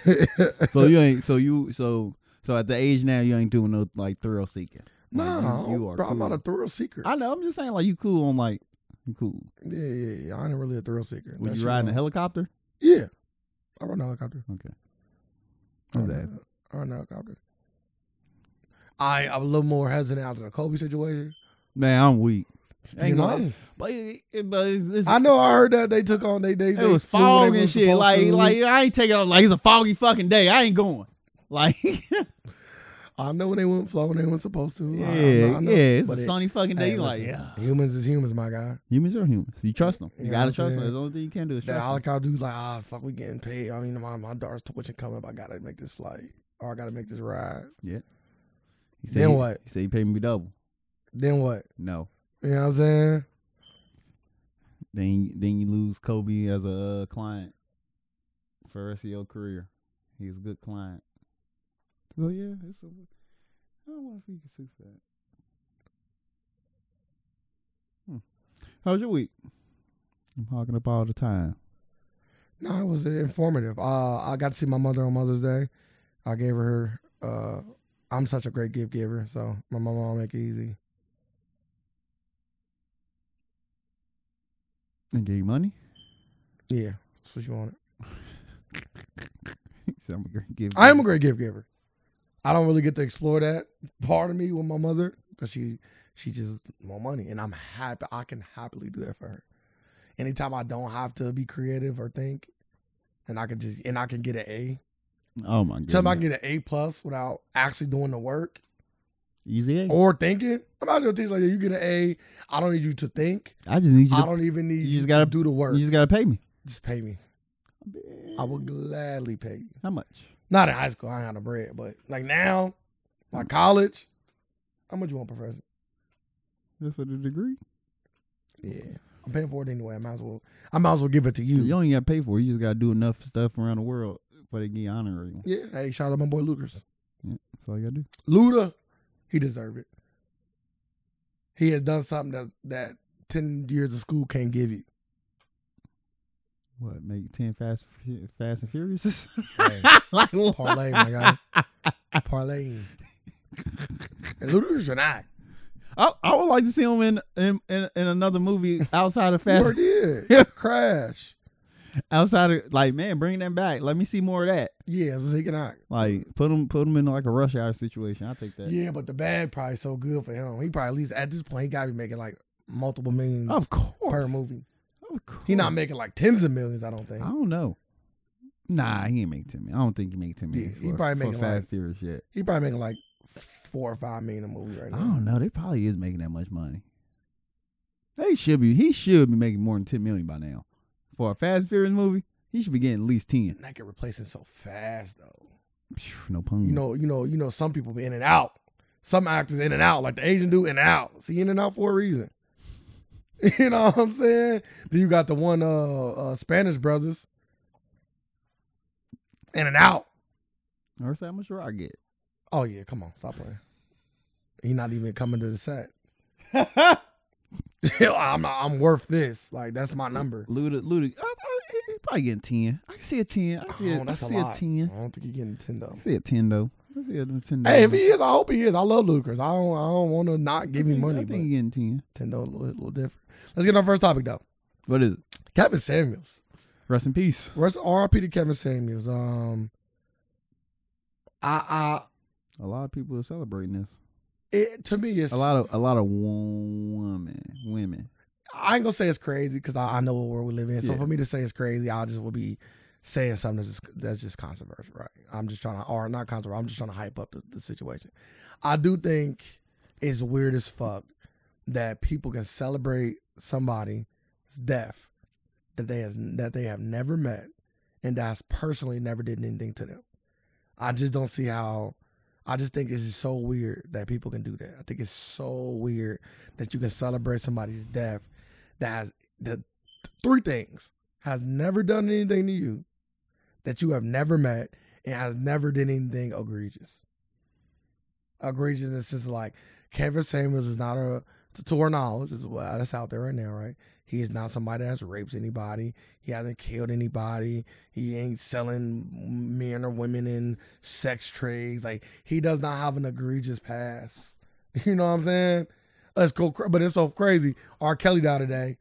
So you ain't. So you. So so at the age now, you ain't doing no like thrill seeking. no, Like, nah, you- you I'm- are bro, I'm not cool. a thrill seeker. I know. I'm just saying like you cool on like you cool. yeah, yeah, yeah. I ain't really a thrill seeker. Would That you shit ride in a don't- helicopter? Yeah. I run a helicopter. Okay. I I'm run asking. a- I run a helicopter. I, I'm a little more hesitant out of the Kobe situation. Man, I'm weak. Just Ain't Being gonna- honest. But, it, it- but it's, it's, I know I heard that they took on they they It was fog and shit. Like, like uh I ain't taking like it's a foggy fucking day. I ain't going. Like, [LAUGHS] yeah, I know when they weren't flowing, they weren't supposed to. I- I know- yeah, I know. it's a But it- sunny fucking day. Hey, you like, listen, yeah, Humans is humans, my guy. humans are humans. You trust them. You You know gotta what I'm trust them. saying? That's the only thing you can do is That trust them. helicopter dude's like, ah, fuck, we getting paid. I mean, my, my daughter's tuition coming up. I gotta make this flight or I gotta make this ride. You then he- what? You say you paid me double. Then what? No, You know what I'm saying? then then you lose Kobe as a uh, client for the rest of your career. He's a good client. Well, Oh, yeah, it's a, I don't know if you can sue for that. Hmm. How's your week? I'm hogging up all the time. No, it was informative. Uh, I got to see my mother on Mother's Day. I gave her. Uh, I'm such a great gift giver, so my mom will make it easy. And gave you money? [LAUGHS] Yeah, that's what she wanted. so I'm a great gift. I am giver. a great gift giver. I don't really get to explore that part of me with my mother because she she just want money, and I'm happy. I can happily do that for her. Anytime I don't have to be creative or think, and I can just and I can get an A. Oh my god. Tell me I can get an A plus without actually doing the work Easy. A? or thinking. I'm out there teach like you get an A. I don't need you to think. I just need you. I To, don't even need you you, just to gotta- do the work. you just gotta pay me. just pay me. I would gladly pay you. How much? Not in high school, I ain't had the bread, but like now, Mm. like college, how much you want, professor? That's for the degree. Yeah, I'm paying for it anyway. I might as well. I might as well give it to You you. don't even gotta pay for it. You just gotta do enough stuff around the world for they get you honorary. one. Yeah. Hey, shout out my boy Luders. That's all you gotta do. Luda, he deserved it. He has done something that that ten years of school can't [LAUGHS] give you. What make ten fast, fast and furious? Hey, [LAUGHS] like what? parlay, my guy. [LAUGHS] Parlay. And Luders and I. I, I would like to see him in in, in, in another movie outside of Fast. fast, Word [LAUGHS] did. Crash. outside of like man, bring them back. Let me see more of that. Yeah, so he can act. Like put them put them in like a rush hour situation. I take that. Yeah, but the bag probably so good for him. He probably at least at this point he gotta be making like multiple millions Of course. per movie. Of course. Oh. He not making like tens of millions, I don't I think. don't know. Nah, he ain't make ten million. I don't think he make ten million. Yeah, he for- probably for making, Fast like- and Furious yet. He probably making like four or five million a movie right I now. don't know. They probably is making that much money. They should be. He should be making more than ten million by now. For a Fast and Furious movie, he should be getting at least ten. And that could replace him so fast though. Phew, no pun. You know, you know, you know some people be in and out. Some actors in and out, like the Asian dude in and out. See in and out for a reason. [LAUGHS] You know what I'm saying? Then you got the one uh, uh Spanish brothers. In and out. or how much rock [LAUGHS] get? Oh yeah, come on, stop playing. He not even coming to the set. [LAUGHS] I'm I'm worth this. Like that's my number. Luda, Luda, I, I, he probably getting ten. I can see a ten. I can see a, Oh, I that's a see a, lot. I ten. don't think he getting ten I though. can see a ten though. I see a ten. Hey, if he is, I hope he is. I love Lucas. I don't I don't want to not give him I money. But think he getting ten. ten dollars a little, little different. Let's get on our first topic though. What is it? Kevin Samuels. Rest in peace. Rest R.I.P. to Kevin Samuels. Um, I I A lot of people are celebrating this. it to me it's A lot of a lot of women, women. I ain't gonna say it's crazy because I, I know what world we live in. So Yeah. for me to say it's crazy, I just will be saying something that's just, that's just controversial, right? I'm just trying to, or not controversial. I'm just trying to hype up the, the situation. I do think it's weird as fuck that people can celebrate somebody's death that they has that they have never met and that's personally never did anything to them. I just don't see how. I just think it's just so weird that people can do that. I think it's so weird that you can celebrate somebody's death that has the three things has never done anything to you that you have never met and has never done anything egregious. Egregious in the sense of like Kevin Samuels is not a to, to our knowledge is what that's out there right now, right? He is not somebody that's raped anybody. He hasn't killed anybody. He ain't selling men or women in sex trades. Like he does not have an egregious past. [LAUGHS] You know what I'm saying? Let's go. Cra- but it's so crazy. R. Kelly died today.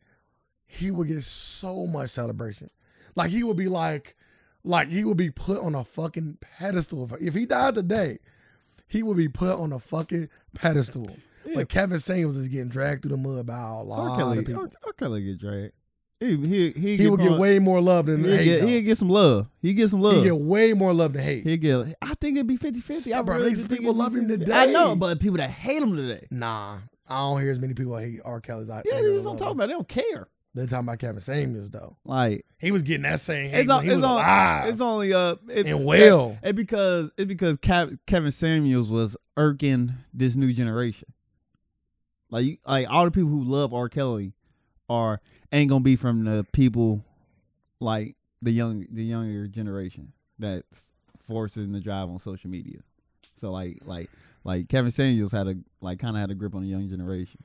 He would get so much celebration. Like he would be like, like he would be put on a fucking pedestal. If- If he died today, he would be put on a fucking [LAUGHS] pedestal. Yeah. But Kevin Samuels is getting dragged through the mud by a lot R. of Kelly, people. R. R. Kelly get dragged. He he he, he would get probably- way more love than He hate. get, though. he get some love. He get some He love. get way more love than hate. He get. I think it'd be 50-50. I Stop, bro. really These think it'd people be love him 50-50. today. I know, but people that hate him today. Nah, I don't hear as many people hate R. Kelly's. I Yeah, I they hear just a don't lot. talk about. It. They don't care. They're talking about Kevin Samuels though. Like He was getting that same hate it's, when on- he it's, was on- alive it's only uh it, and well. It because it because Cap, Kevin Samuels was irking this new generation. Like you- like all the people who love R. Kelly are ain't gonna be from the people like the young the younger generation that's forcing the drive on social media. So like like like Kevin Samuels had a like kind of had a grip on the young generation.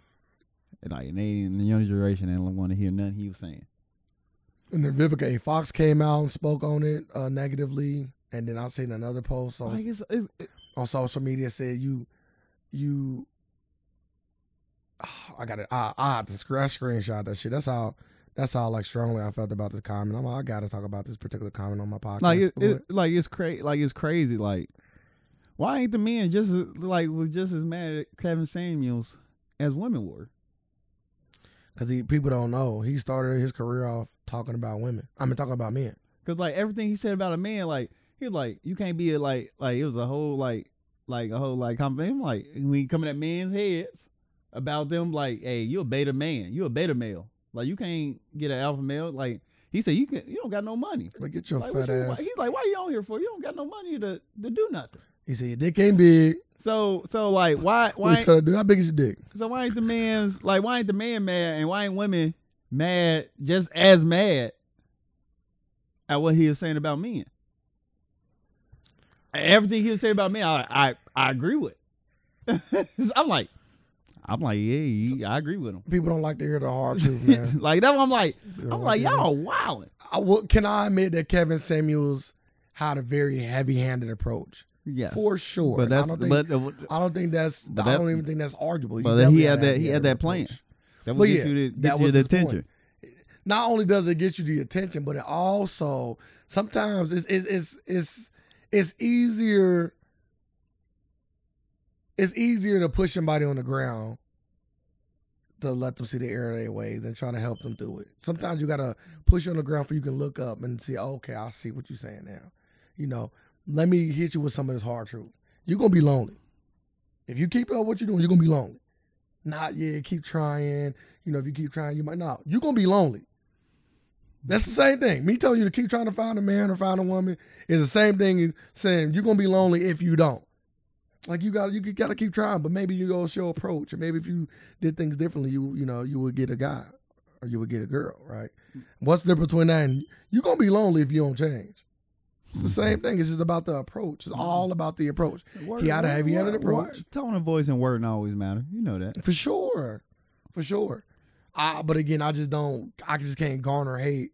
And like and they, and the young generation didn't want to hear nothing he was saying. And then Vivica A. Fox came out and spoke on it uh, negatively. And then I seen another post on, Like it's, it's, it- on social media said you you [SIGHS] I got it. I I have to scr- I screenshot that shit. That's how that's how like strongly I felt about this comment. I'm like, I gotta talk about this particular comment on my podcast. like it, But it, like it's crazy. Like it's crazy. Like why ain't the men just as- like was just as mad at Kevin Samuels as women were? Cause he people don't know he started his career off talking about women. I mean talking about men. Cause like everything he said about a man, like he was like you can't be a like like it was a whole like like a whole like conversation like when he coming at men's heads about them like hey you a beta man you a beta male like you can't get an alpha male like he said you can you don't got no money But get your like, what fat you- ass. he's like why you on here for you don't got no money to to do nothing He said your dick ain't big. so so like why [LAUGHS] What why you tell the dude? How big is your dick? so why ain't the man's like why ain't the man mad and why ain't women mad just as mad at what he was saying about men? Everything he was saying about men, I I, I agree with. [LAUGHS] I'm like, I'm like, yeah, you- I agree with him. People don't like to hear the hard truth, man. like that's what [LAUGHS] I'm like. People don't I'm like, to hear y'all wilding. that. I will, can I admit that Kevin Samuels had a very heavy-handed approach? Yes, For sure. but that's I don't think, but uh, I don't think that's. but I that- don't even think that's arguable. but then he definitely had a that- he had heavy-handed that plan. approach. that But would get yeah, you the, get that you was the his point. attention. Not only does it get you the attention, but it also sometimes it's it's it's it's, it's easier. It's easier to push somebody on the ground to let them see the error of their ways and trying to help them through it. Sometimes you gotta push on the ground for you can look up and see. "Oh, okay, I see what you're saying now. You know, let me hit you with some of this hard truth. You're gonna be lonely. If you keep up what you're doing, you're gonna be lonely. Not yeah, keep trying. You know, if you keep trying, you might not. You're gonna be lonely. That's the same thing. Me telling you to keep trying to find a man or find a woman is the same thing as saying you're gonna be lonely if you don't. Like you got you gotta keep trying, but maybe you go show approach, or maybe if you did things differently, you you know you would get a guy or you would get a girl, right? What's the difference between that? And you're gonna be lonely if you don't change. It's the same thing. It's just about the approach. It's all about the approach. [LAUGHS] Word- He had a word- heavy-handed word- approach. word- Tone of voice and wording always matter. You know that. For sure. For sure. I but again, I just don't I just can't garner hate.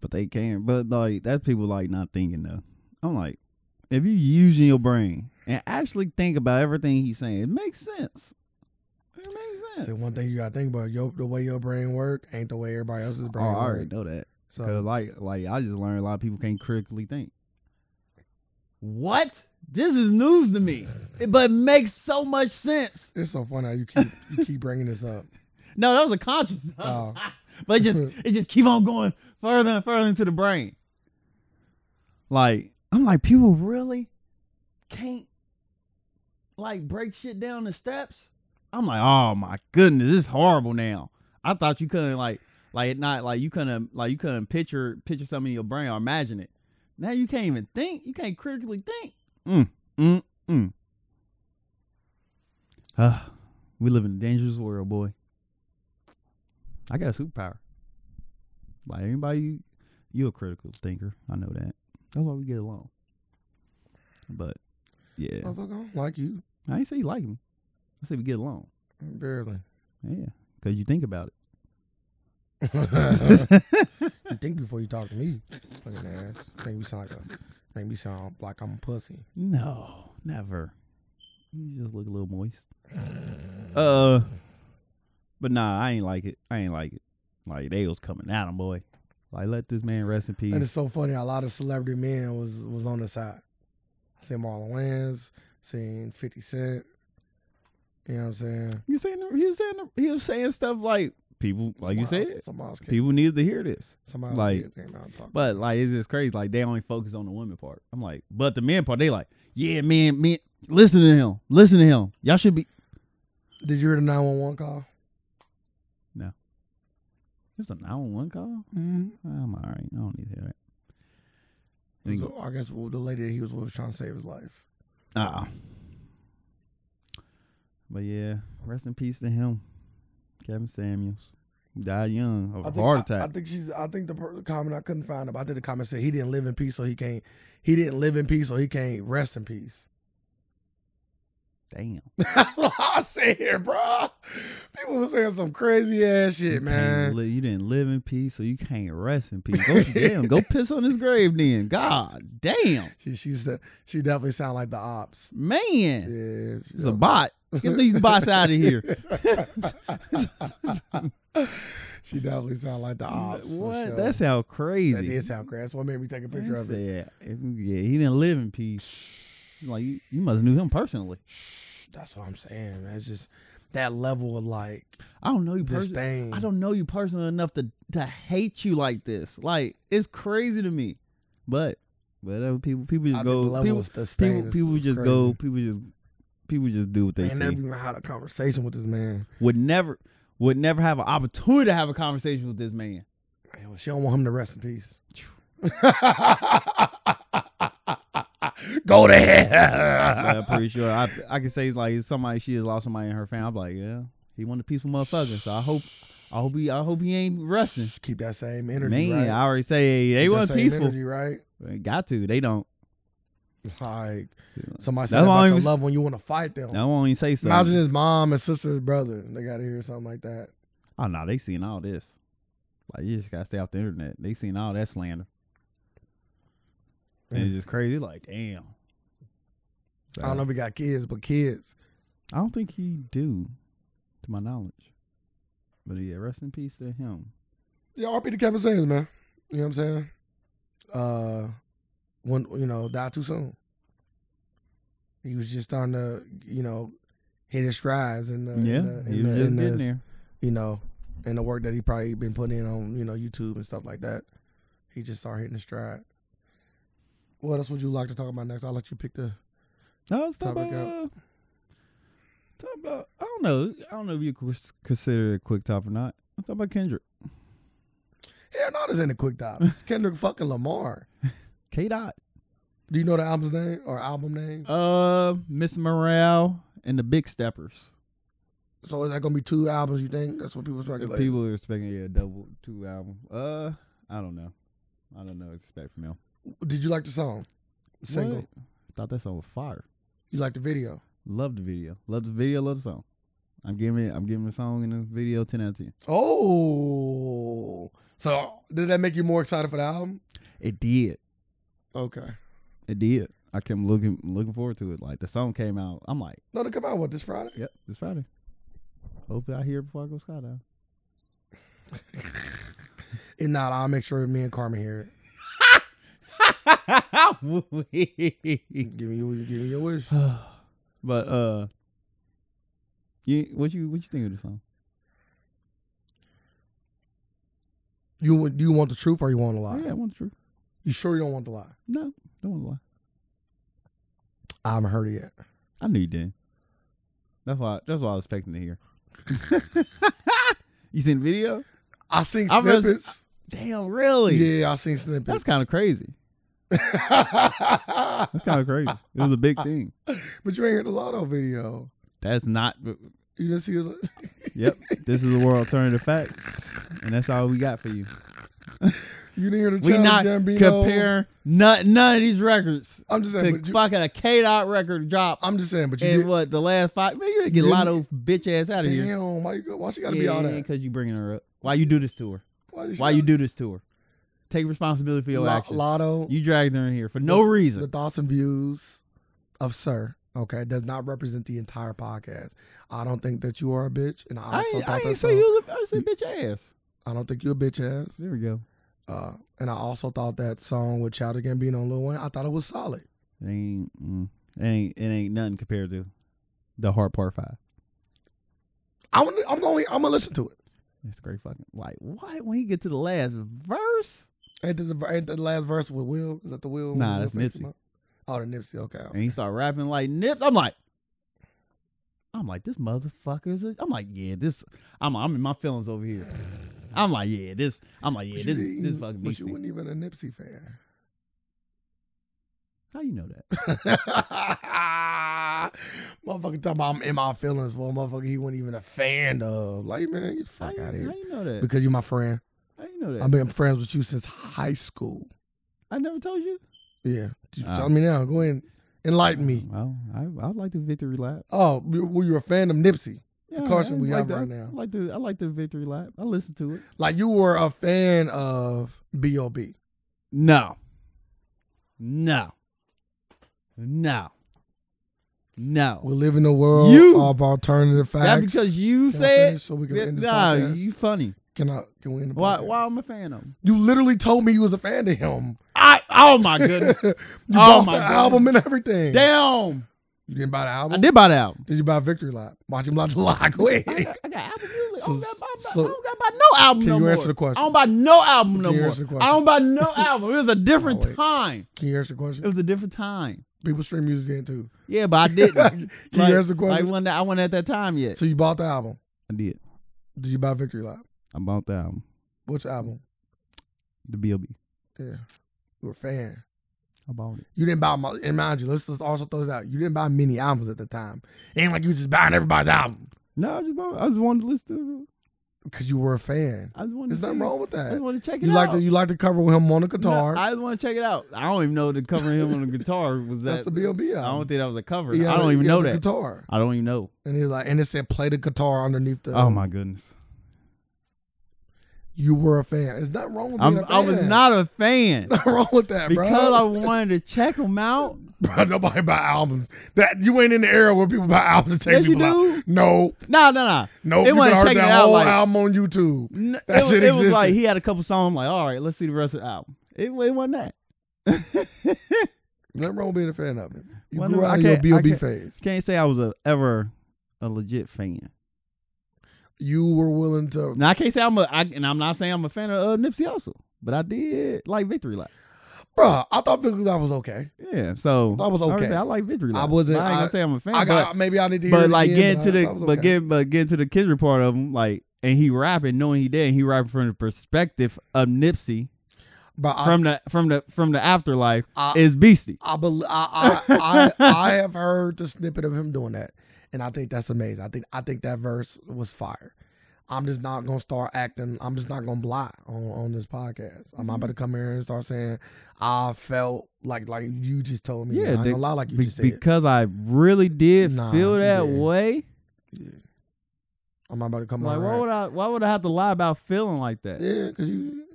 But they can. But like that's people like not thinking though. I'm like, if you using your brain and actually think about everything he's saying, it makes sense. It makes So sense. one thing you gotta think about, your the way your brain work ain't the way everybody else's Oh, brain I work. already know that. Cause So like like I just learned a lot of people can't critically think. What? This is news to me, It- but it makes so much sense. it's so funny how you keep you keep bringing this up. No, that was a conscious, [LAUGHS] Oh. but it just it just keep on going further and further into the brain. Like I'm like people really can't like break shit down in steps. I'm like, oh my goodness, this is horrible now. I thought you couldn't like like not like you couldn't like you couldn't picture picture something in your brain or imagine it. Now you can't even think. You can't critically think. Mm, mm, mm. Uh, we live in a dangerous world, boy. I got a superpower. Like anybody, you, you a critical thinker. I know that. That's why we get along. But [LAUGHS] yeah, Motherfucker, I don't like you. I ain't say you like me. I say we get along. Barely. Yeah, because you think about you it. [LAUGHS] [LAUGHS] think before you talk to me. Fucking ass. Make me sound like a make me sound like I'm a pussy. no, never. You just look a little moist. Uh, but nah, I ain't like it. I ain't like it. Like they was coming at him, boy. Like let this man rest in And peace. it's so funny. A lot of celebrity men was was on the side. Seen Marlon Wayans, seen Fifty Cent. You know what I'm saying? You saying he was saying he was saying stuff like people, like you Somebody said, else- somebody else came, people needed to hear this. somebody like- else came out and talked. But like it's just crazy. Like they only focus on the women part. I'm like, but the men part, they like, yeah, man, man, listen to him, listen to him. Y'all should be. Did you hear the 911 call? It's a 911 call. Mm-hmm. I'm all right. I don't need to hear that. And he go, I guess well, the lady that he was with was trying to save his life. ah. But yeah, rest in peace to him, Kevin Samuels. Died young of a heart attack. I, I think she's. I think the per- comment I couldn't find. About, I think the comment said he didn't live in peace, so he can't. He didn't live in peace, so he can't rest in peace. Damn. That's what [LAUGHS] I said, bro. People were saying some crazy ass shit, You man. can't li- you didn't live in peace, so you can't rest in peace. Go, damn, go piss on his grave then. God damn. She she said she definitely sound like the ops. Man. Yeah, It's she a bot. Get these bots out of [LAUGHS] here. she definitely sound like the ops. Oh, for what? sure. That sound crazy. that did sound crazy. That's what made me take a picture I of it. said, if- yeah, he didn't live in peace. Like you, you must knew him personally. Shh, that's what I'm saying. That's just that level of like I don't know you this personally. thing. I don't know you personally enough to to hate you like this. Like it's crazy to me. But whatever people people I just think go the level people of disdain people, is- people is just crazy. go people just people just do what I they ain't never see. even had a conversation with this man. Would never would never have an opportunity to have a conversation with this [LAUGHS] man. Man, She don't want him to rest in peace. [LAUGHS] Go to I'm hell. pretty sure I I can say it's like it's somebody she has lost somebody in her family. I'm like yeah, he wanted a peaceful motherfucker. So I hope I hope he I hope he ain't resting. Shh, Keep that same energy. Man, right? I already say they Keep that wasn't same peaceful. energy, right? They Got to. They don't. Like somebody That's said why I about your was- loved one, you want to fight them. I won't even say something. Imagine his mom and sister and brother. They got to hear something like that. Oh no, they seen all this. Like you just gotta stay off the internet. They seen all that slander. And Mm. it's just crazy. Like damn. So, I don't know if we got kids, but kids. I don't think he do, to my knowledge. But yeah, rest in peace to him. Yeah, RP to Kevin Samuels, man. You know what I'm saying? Uh, when you know, die too soon. He was just starting to, you know, hit his strides and the, yeah, Uh, in the, in he the- was just in getting this, there. you know, and the work that he probably been putting in on you know YouTube and stuff like that. He just started hitting his stride. What else would you like to talk about next? I'll let you pick the. No, let's talk Topic about. Talk about. I don't know. I don't know if you could consider it a quick top or not. Let's talk about Kendrick. Hell no, this ain't a quick dive. It's Kendrick fucking Lamar. K Dot. Do you know the album's name or album name? Uh, Miss Morale and the Big Steppers. So is that gonna be two albums? You think that's what people If speculate? People are expecting yeah, a double two album. Uh, I don't know. I don't know what to expect from him. Did you like the song? The Single. What? Thought that song was fire. You like the video? Love the video. Love the video. Love the song. I'm giving it. I'm giving the song and the video ten out of ten. Oh, so did that make you more excited for the album? It did. Okay. It did. I kept looking looking forward to it. Like the song came out. I'm like, No, they come out what this Friday? yep, it's Friday. Hope I hear it before I go skydiving. If not, I'll make sure me and Carmen hear [LAUGHS] it. Give me, your- give me your wish. but uh, you what you what you think of the song? You want- do you want the truth or you want a lie? Yeah, I want the truth. You sure you don't want the lie? No, don't want to lie. I haven't heard it yet. I knew you didn't. That's why. That's what I was expecting to hear. [LAUGHS] you seen the video? I seen I'm gonna- snippets. Damn, really? yeah, I seen snippets. That's kind of crazy. of. That's kind of crazy. It was a big thing. [LAUGHS] but you ain't heard the Lotto video. That's not. You didn't see the. Yep. This is the world turning to facts, and that's all we got for you. You didn't hear the We Childish not Gambino. comparing none, none of these records I'm just saying, to but you, fucking a K dot record drop. I'm just saying, but you in did. what the last five? Man, you get a lot of bitch ass out of here. Damn, why you go? Why she gotta be all that? because you bringing her up. Why you do this to her? Why, she Why you do this to her? Take responsibility for your La- actions. Lotto, You dragged her in here for no the reason. thoughts and views of Sir. Okay, does not represent the entire podcast. I don't think that you are a bitch, and I I also ain't, I thought ain't that say song, you. Was a, I say bitch ass. I don't think you a bitch ass. There we go. Uh, and I also thought that song with Childish Gambino and Lil Wayne, I thought it was solid. It ain't. Mm, it ain't. It ain't nothing compared to the hard part five. I'm, I'm going. I'm gonna listen to it. That's great fucking. Like what? When you get to the last verse, Ain't the, ain't the last verse with Will? Is that the Will? Nah, Will that's Smith came Nipsey. out? Oh, the Nipsey. Okay. and he start rapping like nip. I'm like. I'm like this motherfucker's. A, I'm like yeah, this. I'm. I'm in my feelings over here. I'm like yeah, this. I'm like yeah, But this. you didn't This even- fucking. But you Nipsey. weren't even a Nipsey fan. How you know that? [LAUGHS] motherfucker talking about I'm in my feelings for a motherfucker he wasn't even a fan of. Like, man, get the How fuck you, out how of here. you know that? Because you're my friend. How you know that? I've been friends with you since high school. I never told you. Yeah. Just Ah. Tell me now. Go in. Enlighten me. Well, I I like the victory lap. Oh, well, you're a fan of Nipsey. Yeah, Carson I we like have the- right now. I like the I like the victory lap. I listen to it. Like you were a fan of B.O.B. No. No. No. No. We live in a world Oh. You- of alternative facts. that because you Can I said finish so we can that, end this nah, podcast? you funny. Can I? Can we end the Why podcast? why I'm a fan of him? You literally told me you was a fan of him. I oh my you goodness. [LAUGHS] Oh bought my the goodness. album and everything. Damn. You didn't buy the I album. did buy the [LAUGHS] album. Did you buy Victory Lap? Watch him launch a [LAUGHS] lot. Go ahead. I got, I got Apple Music. So- I, don't got, I, don't, so- I don't got buy no album Can no you more. answer the question? I don't buy no album no Can you more. answer the I don't buy no album. It [LAUGHS] was a different Oh, wait. time. Can you answer the It question? was a different time. People stream music then too. Yeah, but I Can didn't. [LAUGHS] you Like- answer the I question? wasn't I wasn't at that time yet. so you bought the album. I did. Did you buy Victory Lap? I bought the album. Which album? The BLB. Yeah. You were a fan. I bought it. You didn't buy my and mind you, let's, let's also throw this out. You didn't buy many albums at the time. It ain't like you was just buying everybody's album. No, I just bought, I just wanted to listen to it. Because you were a fan. I just wanted There's to see nothing it. wrong with I just that. wanted to check it You out. like the you like the cover with him on the guitar. No, I just want to check it out. I don't even know the cover of him on the guitar was that. That's the B.O.B. I don't album. think that was a cover. He had I a- don't he even had know a that. guitar. I don't even know. And he was like, and it said play the guitar underneath the. Oh my goodness. You were a fan. There's nothing wrong with being I'm, a fan. I was not a fan [LAUGHS] Nothing wrong with that, bro. because I wanted to check him out. Bro, nobody buy albums. That you ain't in the era where people buy albums and [LAUGHS] take Yes, you people out. do. No, No, no, no. no, It you wasn't can heard checking that out whole like- album on YouTube. N- It, That was, shit it was like existed. he had a couple songs. I'm like, all right, let's see the rest of the album. It, it wasn't that. Nothing wrong with being a fan of it. You Wonder- grew I out of your can't- I B.O.B. can't- phase. Can't say I was a, ever a legit fan. You were willing to. Now I can't say I'm a, I, and I'm not saying I'm a fan of uh, Nipsey also, but I did like Victory Lap. Bro, I thought Big Lap was okay. Yeah, so That was I already Oh, okay. said I like Victory Lap. I wasn't- but I ain't I- gonna say I'm a fan. I but- got maybe I need to. hear but it like again, getting to I the thought it was but okay. getting but getting to the Kendrick part of him, like and he rapping, knowing he dead, and he rapping from the perspective of Nipsey But I, from the from the from the afterlife I- is beastie. I, bel I, I, I, I have heard the snippet of him doing that, and I think that's amazing. I think I think that verse was fire. I'm just not gonna start acting. I'm just not gonna lie on, on this podcast. Mm-hmm. I'm not about to come here and start saying I felt like like you just told me. Yeah, Yeah, I'm not the- gonna lie like you Be- just said. because I really did Nah, feel that yeah. way. I'm not about to come Like on. why here. would I why would I have to lie about feeling like that? Is Yeah, because you. you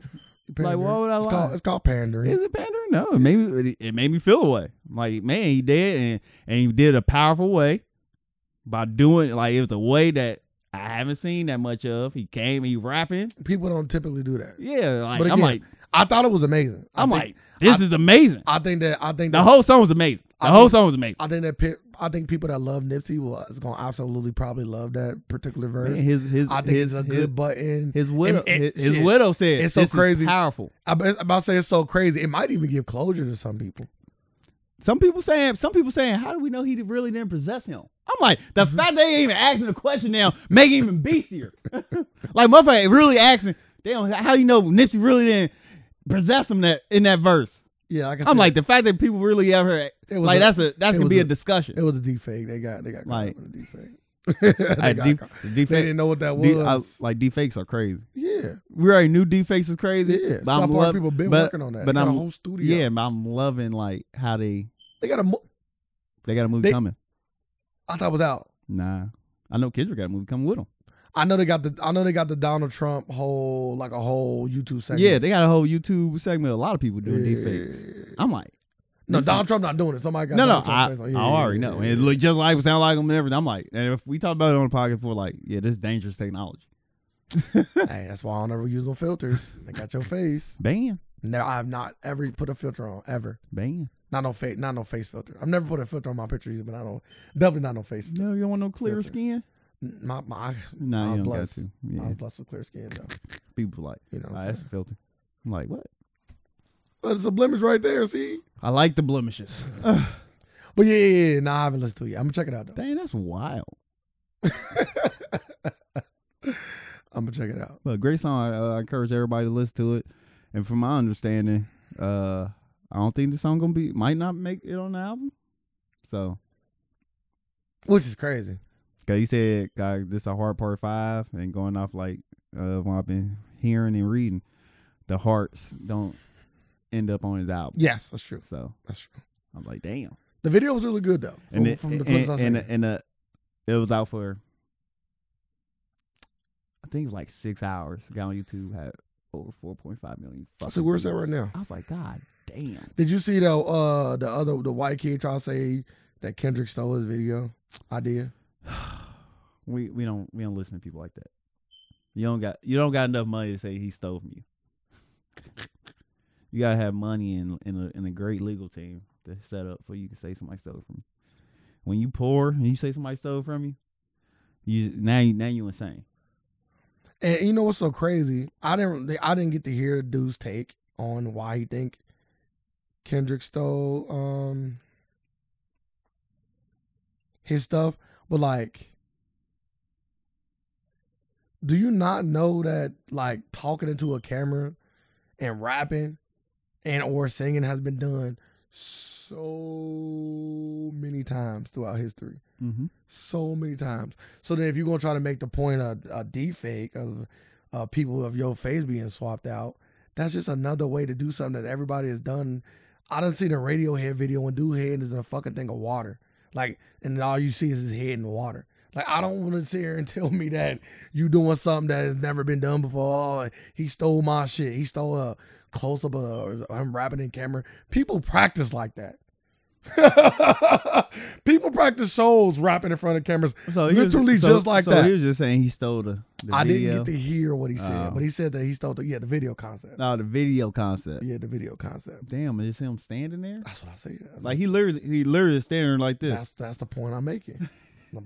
Like, why pandering. would I it's lie? Called, it's called pandering. it pandering? No, it made me it- it made me feel away. Like man, he did and and he did a powerful way by doing like it was a way that I haven't seen that much of. He came, he rapping. People don't typically do that. Yeah, like But I'm again, like I thought it was amazing. I I'm think- like, this is amazing. I think that I think The that whole song was amazing. The I whole think- song was amazing. I think that pe- I think people that love Nipsey will is gonna absolutely probably love that particular verse. Man, his his I think his it's a his, good button. his widow and- and his, his shit. widow said It's so "This is crazy." powerful. I'm about to say it's so crazy. It might even give closure to some people. Some people saying some people saying how do we know he really didn't possess him? I'm like the Mm-hmm. fact they ain't even asking the question now make it even beastier. [LAUGHS] like motherfucker really asking damn how you know Nipsey really didn't possess him that in that verse. Yeah, like I I'm said, like the fact that people really ever it was like a- that's a that's it gonna was be a, a- discussion. it was a defake. They got they got caught Like- up in a [LAUGHS] defake. they, Like, got D- caught- D- they didn't know what that was. D- I- like D fakes are crazy. yeah, we already knew D Fakes was crazy. yeah. but South I'm Park love, people been but- working on that. but they got a I'm- whole studio. yeah, but I'm loving like how they they got a. Mo- they got a movie They- coming. I thought it was out. Nah, I know Kendrick got a movie coming with him. I know they got the. I know they got the Donald Trump whole like a whole YouTube segment. Yeah, they got a whole YouTube segment. A lot of people doing D Fakes. Yeah. I'm like, No, Listen. Donald Trump not doing it. Somebody got no, no, Donald I, Trump's face on. Yeah, I already yeah, know. yeah, It yeah. look just like sound like him and everything. I'm like, and if we talked about it on the podcast before, like, yeah, this is dangerous technology. hey, that's why I don't ever use no filters. They got your face. Ban, No, I have not ever put a filter on ever. ban. Not no face. Not no face filter. I've never put a filter on my picture either. But I don't. Definitely not no face. No, you don't want no clear Filter. skin. My my. Nah, you don't I'm got blessed. to. Yeah, I'm blessed with clear skin though. people like, You know. what I'm "Ah, saying? that's a filter. I'm like, what? but it's a blemish right there. See. I like the blemishes. [LAUGHS] But yeah, yeah, yeah. Nah, I haven't listened to it. Yet. I'm gonna check it out though. Dang, that's wild. I'm gonna check it out. But great song. I, uh, I encourage everybody to listen to it. And from my understanding, uh, I don't think the song gonna be might not make it on the album. So, Which is crazy. cause you said uh, this a hard part five, and going off like uh, what I've been hearing and reading, the hearts don't end up on his album. Yes, that's true. So That's true. I'm like, damn. The video was really good though. From, and it, from the clips and, I and, seen. and, uh, it was out for I think it was like six hours. Got on YouTube had over four point five million. I fucking said, "Where's that views. right now?" I was like, God damn. Did you see though? Uh, the other the white kid try to say that Kendrick stole his video idea. [SIGHS] we we don't we don't listen to people like that. You don't got you don't got enough money to say he stole from you. You gotta have money and in, a, and a great legal team to set up for you can say somebody stole from you. When you poor and you say somebody stole from you, you now you now you insane. And you know what's so crazy? I didn't I didn't get to hear the dude's take on why he think Kendrick stole um his stuff, but like do you not know that like talking into a camera and rapping and or singing has been done so many times throughout history? Mm-hmm. so many times. So then, if you're gonna try to make the point a, a deepfake of uh, people of your face being swapped out, that's just another way to do something that everybody has done. I done seen a Radiohead video and dude head is in a fucking thing of water, like, and all you see is his head in the water. Like, I don't want to sit here and [LAUGHS] tell me that you doing something that has never been done before. Oh, he stole my shit. He stole a close up of I'm rapping in camera. People practice like that. [LAUGHS] People practice shows rapping in front of cameras. So he was- Literally so- just like so that. He was just saying he stole the. the I video. didn't get to hear what he said, Oh. but he said that he stole the yeah the video concept. No, the video concept. Yeah, the video concept. Damn, is him standing [SIGHS] there? That's what I say. Like he literally, he literally standing like that's this. that's the point I'm [LAUGHS] making.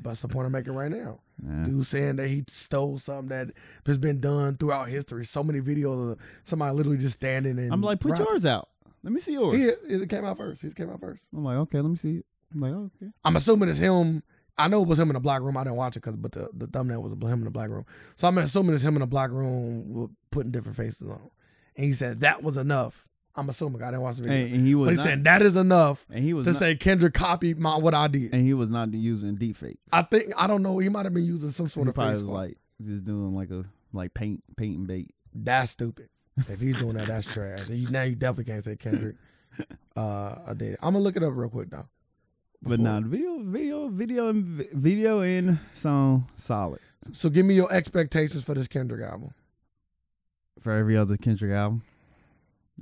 that's the point I'm making right now. Yeah. Dude saying that he stole something that has been done throughout history. So many videos of somebody literally just standing and I'm like, put rapping. yours out. Let me see yours. He, it came out first. He came out first. I'm like, okay, let me see. it. I'm like, oh, okay. I'm assuming it's him. I know it was him in the black room. I didn't watch it because, but the, the thumbnail was him in the black room. So I'm assuming it's him in the black room with putting different faces on. And he said that was enough. I'm assuming I didn't watch the video, And, and he but was he not, said that is enough and he was to not, say Kendrick copied my what I did. and he was not using deep fakes. I think I don't know. He might have been using some He sort of probably face. was Like, like just doing like a like paint paint and bait. that's stupid. If he's doing that, that's trash. And you, now you definitely can't say [LAUGHS] Kendrick. Uh, I did. it. I'm gonna look it up real quick though. But nah, the video video video and vi- video and song solid So give me your expectations for this Kendrick album. for every other Kendrick album.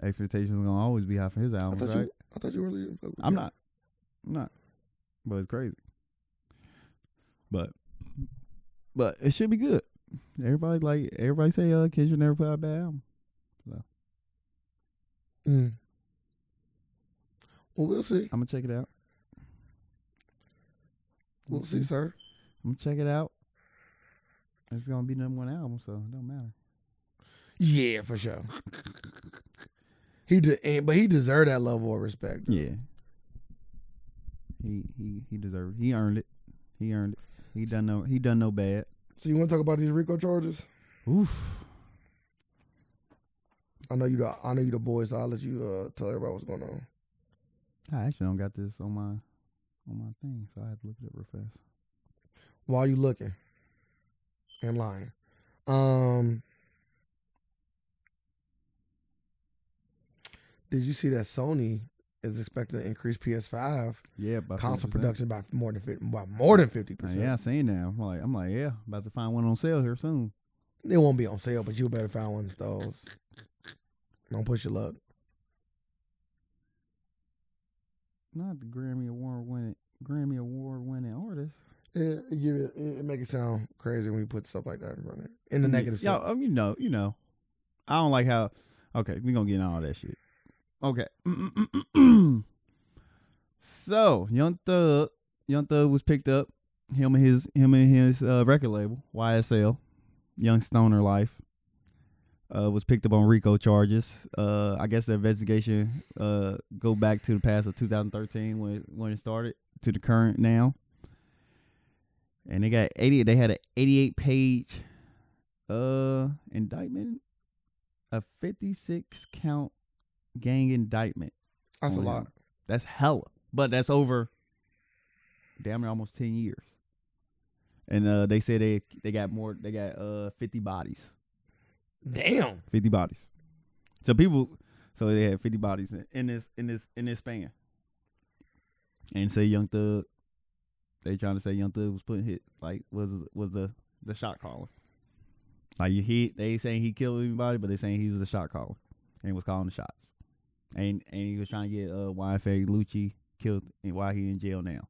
Expectations gonna always be high for his I albums, thought right? you. I thought you really. didn't fuck with I'm Kendrick. not. I'm not. But it's crazy. But but it should be good. Everybody like everybody say uh Kendrick never put out a bad album. Mm. Well, we'll see. I'm gonna check it out. We'll see, sir. I'm gonna check it out. It's gonna be number one album, so it don't matter. Yeah, for sure. He de- and, but he deserved that level of respect. Yeah. He he he deserved it. He earned it. He earned it. He done no he done no bad. So you want to talk about these Rico charges? Oof. I know you. The, I know you the boy, so I'll let you uh, tell everybody what's going on. I actually don't got this on my on my thing, so I had to look it up real fast. While you looking and lying, um, did you see that Sony is expected to increase PS5 Yeah, by console 50%. production by more than 50, by more than fifty Uh, percent? yeah, I seen that. I'm like I'm like, yeah, about to find one on sale here soon. It won't be on sale, but you better find one of those. Don't push your luck. Not the Grammy Award winning Grammy Award winning artist. It, it give it, it make it sound crazy when you put stuff like that in front of it. In the negative Yeah, sense. um, you know, you know. I don't like how. Okay, we gonna get into all that shit. Okay. [CLEARS THROAT] so Young Thug, Young Thug was picked up. Him and his him and his uh, record label YSL, Young Stoner Life, uh, was picked up on RICO charges. Uh, I guess the investigation uh, go back to the past of 2013 when when it started to the current now. And they got 80. They had an 88 page uh indictment a 56 count gang indictment That's a on him. lot. that's hella but that's over damn near almost 10 years and uh they said they they got more they got uh 50 bodies Damn. 50 bodies so people so they had 50 bodies in, in this in this in this span and say Young Thug. They trying to say Young Thug was putting hit like was was the the shot caller. Like he, they ain't saying he killed anybody, but they saying he was the shot caller and was calling the shots. And and he was trying to get uh YFA Lucci killed and why he in jail now.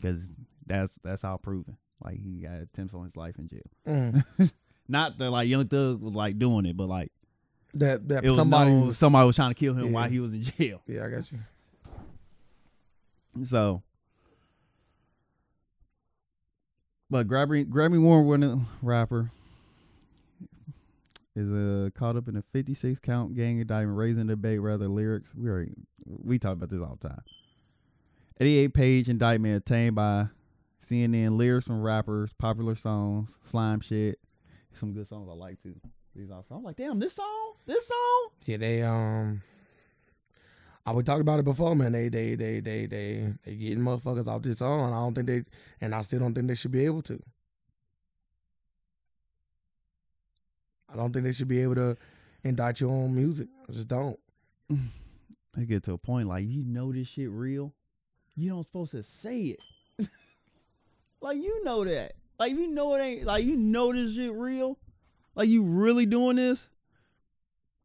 Cause that's that's all proven. Like he got attempts on his life in jail. Mm. [LAUGHS] Not that like Young Thug was like doing it, but like That that it was somebody. somebody was- somebody was trying to kill him Yeah. while he was in jail. yeah, I got you. So, but Grammy Grammy Award winning rapper is uh, caught up in a 56 count gang indictment, raising debate rather lyrics. We already we talk about this all the time. 88 page indictment obtained by CNN lyrics from rappers, popular songs, slime shit, some good songs I like too. These are I'm like, damn, this song, this song. Yeah, they um. I we talked about it before, man. They they they they they they getting motherfuckers off this on. I don't think they, and I still don't think they should be able to. I don't think they should be able to indict your own music. I just don't. They get to a point like you know this shit real. You don't supposed to say it. [LAUGHS] like you know that. Like you know it ain't like you know this shit real. Like you really doing this?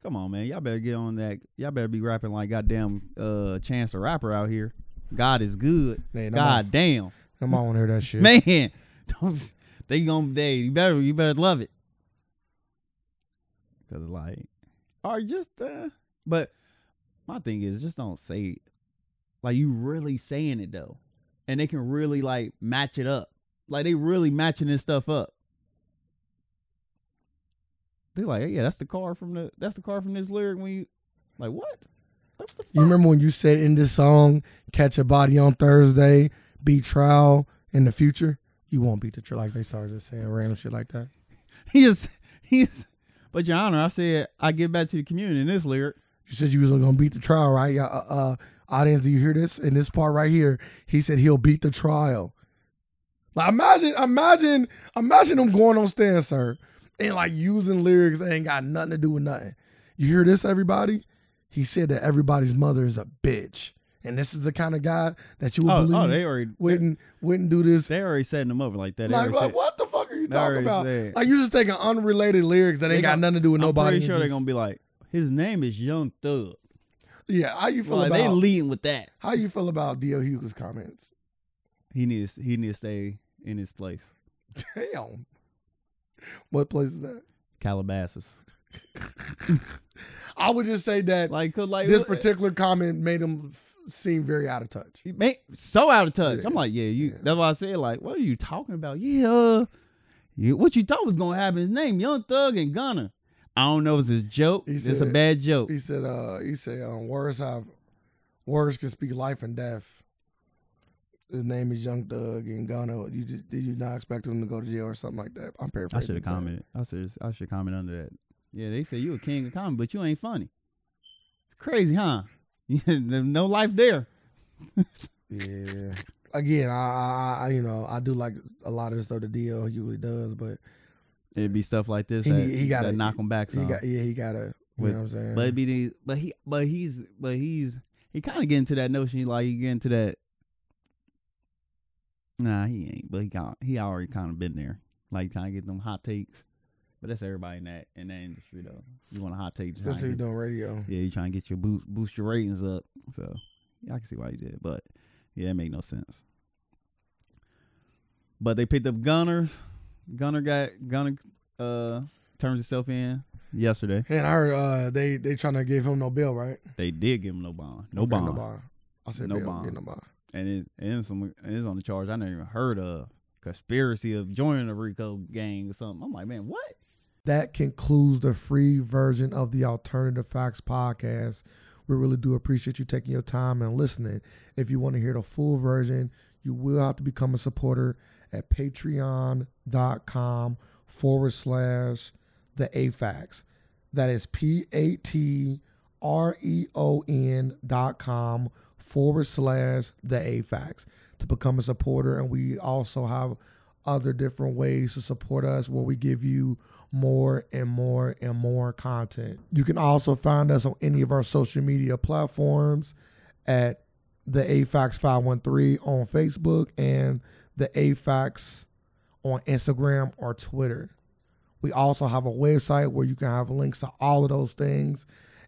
Come on, man. Y'all better get on that. Y'all better be rapping like goddamn uh chance the rapper out here. God is good. Man, I'm God damn. I want to hear that [LAUGHS] shit. Man. Don't, they gonna they you better you better love it. Cause like or just uh but my thing is just don't say it. Like you really saying it though. And they can really like match it up. Like they really matching this stuff up. They like, yeah, that's the car from the that's the car from this lyric when you like what? What the You fuck? remember when you said in this song, "Catch a body on Thursday, beat trial in the future." You won't beat the trial like they started saying random shit like that. [LAUGHS] he is he is but your honor, I said I give back to the community in this lyric. You said you was gonna beat the trial, right? Yeah, uh, uh, audience, do you hear this? In this part right here, he said he'll beat the trial. Like imagine, imagine, imagine him going on stand, sir, and like using lyrics that ain't got nothing to do with nothing. You hear this, everybody? He said that everybody's mother is a bitch, and this is the kind of guy that you would Oh, believe oh, they already wouldn't wouldn't do this. they already setting them over like that. [LAUGHS] They Like, already like, set- what the fuck are you they already talking about? said- Like you just taking unrelated lyrics that They ain't got gon- nothing to do with I'm nobody. pretty sure and they're just- gonna be like, his name is Young Thug. Yeah, how you feel Like, about they leading with that. How you feel about Dio Hughes' comments? [LAUGHS] He needs he needs to stay in his place. Damn. What place is that? Calabasas. I would just say that Like, 'cause, like this what- particular comment made him f- seem very out of touch. he made- so out of touch. Yeah. I'm like, yeah, you. Yeah. That's why I said, like, what are you talking about? Yeah, uh, you, what you thought was gonna happen? His name, Young Thug and Gunner. I don't know if it's a joke. He it's a said- bad joke. He said, uh, he said, um, words have words can speak life and death. His name is Young Thug and Gunna. You just, did you not expect him to go to jail or something like that? I'm I paraphrasing. should have the text. commented. I should I should comment under that. Yeah, they say you a king of comedy, but you ain't funny. It's crazy, huh? [LAUGHS] There's no life there. Yeah. Again, I, I, I, you know, I do like a lot of the stuff that Dio usually does, but It'd be stuff like this He that, need- he gotta- that knock him back he some. got, yeah, he got to, you With- know what I'm saying? but it'd be these, but he but he's but he's he kind of getting to that notion like he getting to that. Nah, he ain't. But he got he already kind of been there. Like kind of get them hot takes. But that's everybody in that in that industry though. You want a hot take? trying to especially if get- you're doing radio. Yeah, you trying to get your boost boost your ratings up. So yeah, I can see why you did, but yeah, it made no sense. But they picked up Gunners. Gunner got Gunner uh turns himself in yesterday. And I heard uh, they they trying to give him no bill, right? They did give him no bond, no Okay, bond, No bond. I said No no bond. bond. no bond. and it and it's some and it's on the charge I never even heard of conspiracy of joining a RICO gang or something. I'm like, man, what? That concludes the free version of the Alternative Facts podcast. We really do appreciate you taking your time and listening. If you want to hear the full version, you will have to become a supporter at patreon.com forward slash the AFAX. That is P A T R E O N dot com forward slash the AFAX to become a supporter. And we also have other different ways to support us where we give you more and more and more content. You can also find us on any of our social media platforms at the AFAX 513 on Facebook and the AFAX on Instagram or Twitter. We also have a website where you can have links to all of those things,